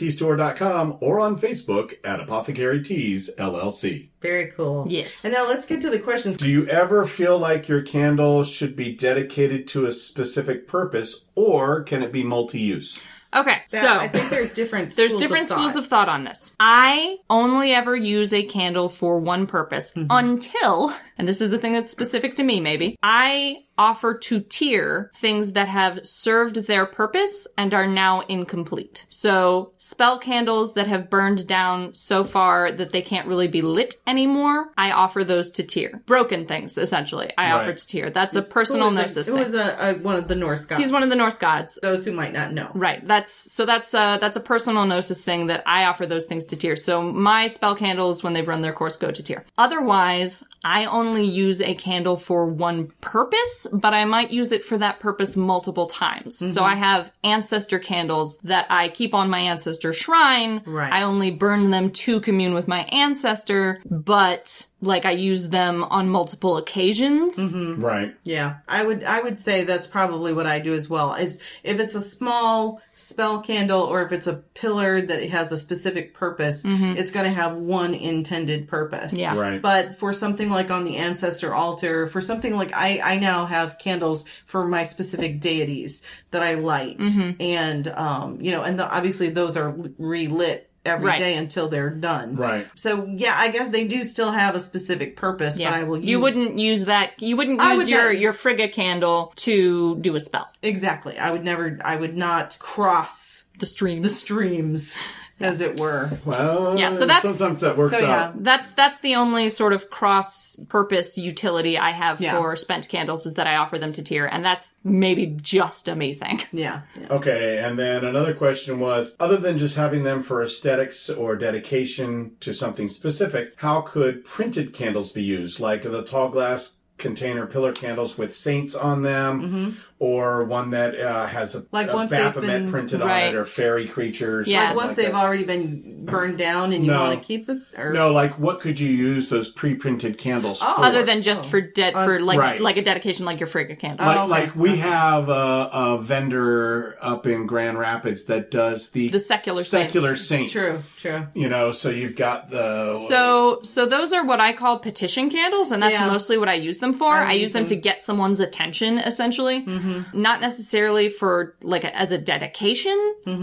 apothecaryteastore.com or on Facebook at Apothecary Teas LLC.
Very cool.
Yes.
And now let's get to the questions.
Do you ever feel like your candle should be dedicated to a specific purpose or can it be multi use?
okay, so
I think there's different.
There's
schools
different
of
schools
thought.
of thought on this. I only ever use a candle for one purpose
Mm-hmm.
until, and this is a thing that's specific to me maybe, I offer to tier things that have served their purpose and are now incomplete. So, spell candles that have burned down so far that they can't really be lit anymore, I offer those to tier. Broken things, essentially, I offer
Right.
to tier. That's a
Who
personal
was it?
gnosis
It
thing.
was a, a, one of the Norse gods.
He's one of the Norse gods.
those who might not know.
Right. That's so that's uh that's a personal gnosis thing that I offer those things to tier. So my spell candles when they've run their course go to tier. Otherwise, I only use a candle for one purpose, but I might use it for that purpose multiple times. So I have ancestor candles that I keep on my ancestor shrine.
Right.
I only burn them to commune with my ancestor, but like I use them on multiple occasions.
Right.
Yeah, I would I would say that's probably what I do as well. Is if it's a small spell candle or if it's a pillar that it has a specific purpose, it's going to have one intended purpose.
Mm-hmm. Yeah.
Right.
But for something like on the ancestor altar, for something like I I now have candles for my specific deities that I light,
Mm-hmm.
and um you know and the, obviously those are relit every day
Right.
until they're done.
Right.
So yeah, I guess they do still have a specific purpose,
Yeah.
but I will use
you wouldn't use that. You wouldn't
I
use
would
your
not-
your Frigga candle to do a spell.
Exactly. I would never, I would not cross
The stream.
the streams as it were.
Well,
Yeah, so that's-
sometimes that works
So, yeah.
out.
That's that's the only sort of cross purpose utility I have
Yeah.
for spent candles is that I offer them to tier, and that's maybe just a me thing.
Yeah. yeah.
Okay, and then another question was other than just having them for aesthetics or dedication to something specific, how could printed candles be used, like the tall glass container pillar candles with saints on them, or one that uh, has a,
Mm-hmm. Like
a
once they've
Baphomet
been-
printed on
Right.
it, or fairy creatures?
Yeah.
Like once
that.
they've already been burned down and you
No.
want to keep them? Or,
No, like what could you use those pre-printed candles
Oh,
for?
Other than just for dead
Uh,
for like
Right.
like a dedication like your frigga candle.
Like,
Oh, okay.
like we have a, a vendor up in Grand Rapids that does the
The secular saints.
secular saints.
True, true.
You know, so you've got the
So so those are what I call petition candles, and that's
Yeah.
mostly what I use them for. I use them Mm-hmm. to get someone's attention, essentially, not necessarily for like a, as a dedication,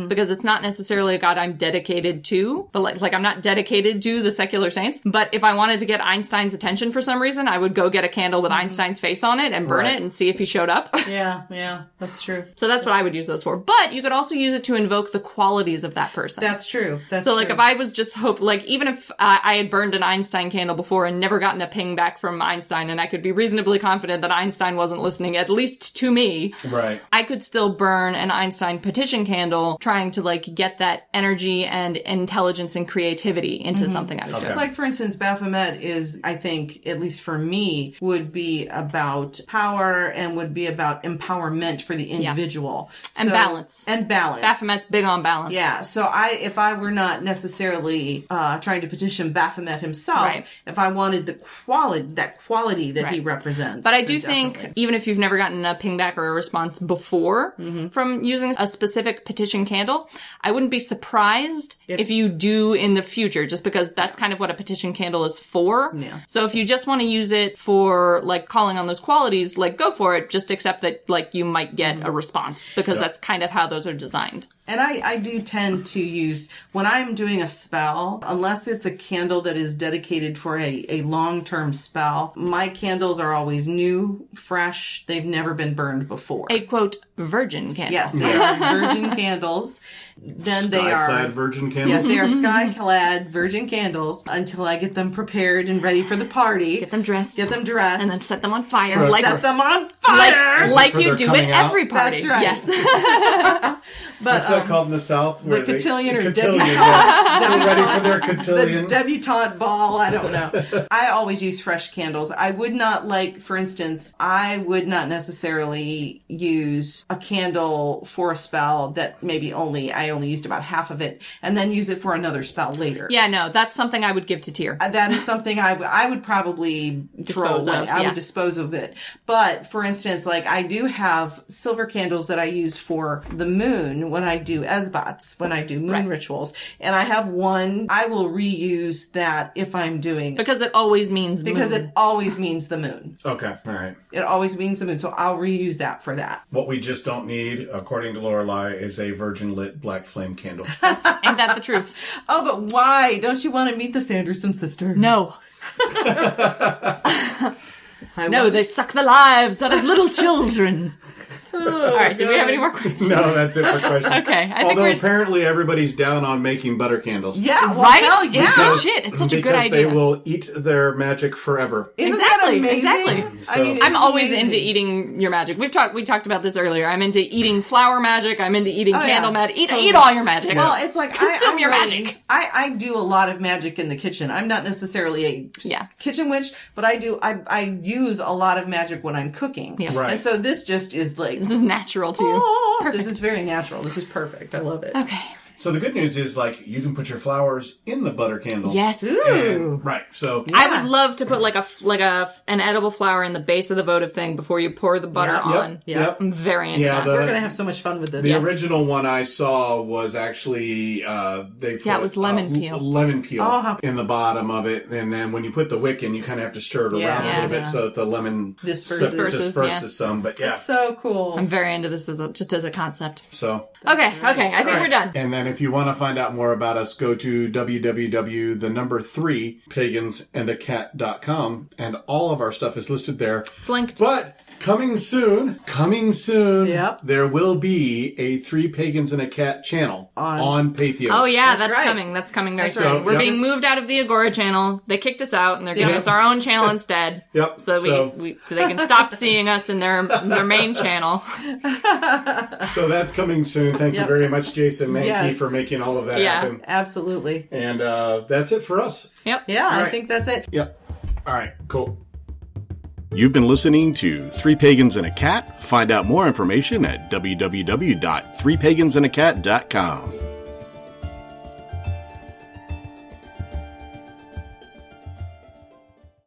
because it's not necessarily a god I'm dedicated to, but like like I'm not dedicated to the secular saints. But if I wanted to get Einstein's attention for some reason, I would go get a candle with Einstein's face on it and burn
Right.
it and see if he showed up.
Yeah, yeah, that's true.
So that's what I would use those for. But you could also use it to invoke the qualities of that person.
That's true. That's
so like
true.
if I was just hope like even if uh, I had burned an Einstein candle before and never gotten a ping back from Einstein and I could be reasonably confident that Einstein wasn't listening at least to me,
right.
I could still burn an Einstein petition candle trying to like get that energy and intelligence and creativity into something I was doing.
Like, for instance, Baphomet is, I think, at least for me, would be about power and would be about empowerment for the individual.
And balance.
And balance.
Baphomet's big on balance.
Yeah, so I, if I were not necessarily uh, trying to petition Baphomet himself,
Right.
if I wanted the quality, that quality that he
Right.
represents,
But I do think, even if you've never gotten a ping back or a response before
Mm-hmm.
from using a specific petition candle, I wouldn't be surprised if you do in the future, just because that's kind of what a petition candle is for.
Yeah.
So if you just want to use it for like calling on those qualities, like go for it. Just accept that like you might get
Mm-hmm.
a response because that's kind of how those are designed.
And I, I do tend to use, when I'm doing a spell, unless it's a candle that is dedicated for a, a long term spell, my candles are always new, fresh, they've never been burned before.
A quote virgin candle.
yes, they are virgin candles. Then they are.
Sky-clad virgin
Yes,
candles.
they are sky clad virgin candles until I get them prepared and ready for the party. Get
Them dressed.
Get them dressed.
and then set them on fire. like
set them on
like,
fire.
like
for
you
their
do at
coming out?
every party.
That's right.
Yes.
but
What's that called in the South? Where they-
um, cotillion or
cotillion.
debutante.
yeah. They're ready for their cotillion.
the debutante ball. I don't know. I always use fresh candles. I would not like, for instance, I would not necessarily use a candle for a spell that maybe only I only used about half of it, and then use it for another spell later.
Yeah, no, that's something I would give to Tyr.
Uh, That is something I, w- I would probably
Dispose
throw
of,
away. I
yeah.
would dispose of it. But for instance, like I do have silver candles that I use for the moon when I do esbats, when I do moon rituals, and I have one I will reuse that if I'm doing
Because it always means
because
moon.
it always means the moon.
Okay, all right.
It always means the moon, so I'll reuse that for that.
What we just don't need, according to Lorelei, is a virgin lit black flame candle.
Ain't that the truth?
Oh, but why don't you want to meet the Sanderson sisters?
No.
I
No,
want-
they suck the lives out of little children.
Oh,
All right, do we have any more questions?
no, that's it for questions.
Okay, I think
Although
we're-
apparently everybody's down on making butter candles.
yeah, well,
Right?
hell yeah.
It's good Oh, shit. It's such a good
because
idea.
they will eat their magic forever.
Isn't
Exactly,
that amazing?
exactly.
I mean,
So-
I'm
it's
always
amazing.
into eating your magic. We've talked we talked about this eearlier. I'm into eating flower magic. I'm into eating
Oh, yeah.
candle magic. Eat eat all your magic.
Well, it's like I,
Consume
I'm
your
really-
magic.
I, I do a lot of magic in the kitchen. I'm not necessarily a s-
Yeah.
kitchen witch, but I do I I use a lot of magic when I'm cooking.
Yeah.
Right.
And so this just is like
this is natural to you.
oh, this is very natural. This is perfect. I love it.
Okay.
So the good news is, like, you can put your flowers in the butter candles.
Yes.
Ooh.
And- right. So
I would love to put like a f- like a f- an edible flower in the base of the votive thing before you pour the butter
Yep.
Yep,
on.
yep.
I'm very into
Yeah,
that.
the-
We're gonna have so much fun with this.
The original one I saw was actually uh, they put
Yeah, it was lemon
uh,
peel.
l- lemon peel
Oh, how-
in the bottom of it, and then when you put the wick in, you kind of have to stir it
Yeah.
around a
Yeah.
little bit so that the lemon
Disperses.
sep-
Disperses,
disperses
yeah.
some. But yeah,
So cool.
I'm very into this as a, just as a concept.
so
Okay, okay, I think we're done.
and then if you want to find out more about us, go to www the number three pagansandacat.com, and all of our stuff is listed there.
Flinked.
But Coming soon, coming soon.
Yep.
There will be a Three Pagans and a Cat channel on, Patheos.
Oh yeah, that's,
That's right.
coming. That's coming very
That's
soon.
right.
We're
Yep.
being moved out of the Agora channel. They kicked us out, and they're giving
Yeah.
us our own channel instead.
Yep,
So, that
so-
We, we so they can stop seeing us in their in their main channel.
So that's coming soon. Thank you
Yep.
very much, Jason Mankey,
Yes.
for making all of that
Yeah.
happen.
Absolutely.
And uh, that's it for us.
Yep.
Yeah, I
right.
think that's it.
Yep. All right. Cool.
You've been listening to Three Pagans and a Cat. Find out more information at www.threepagansandacat.com.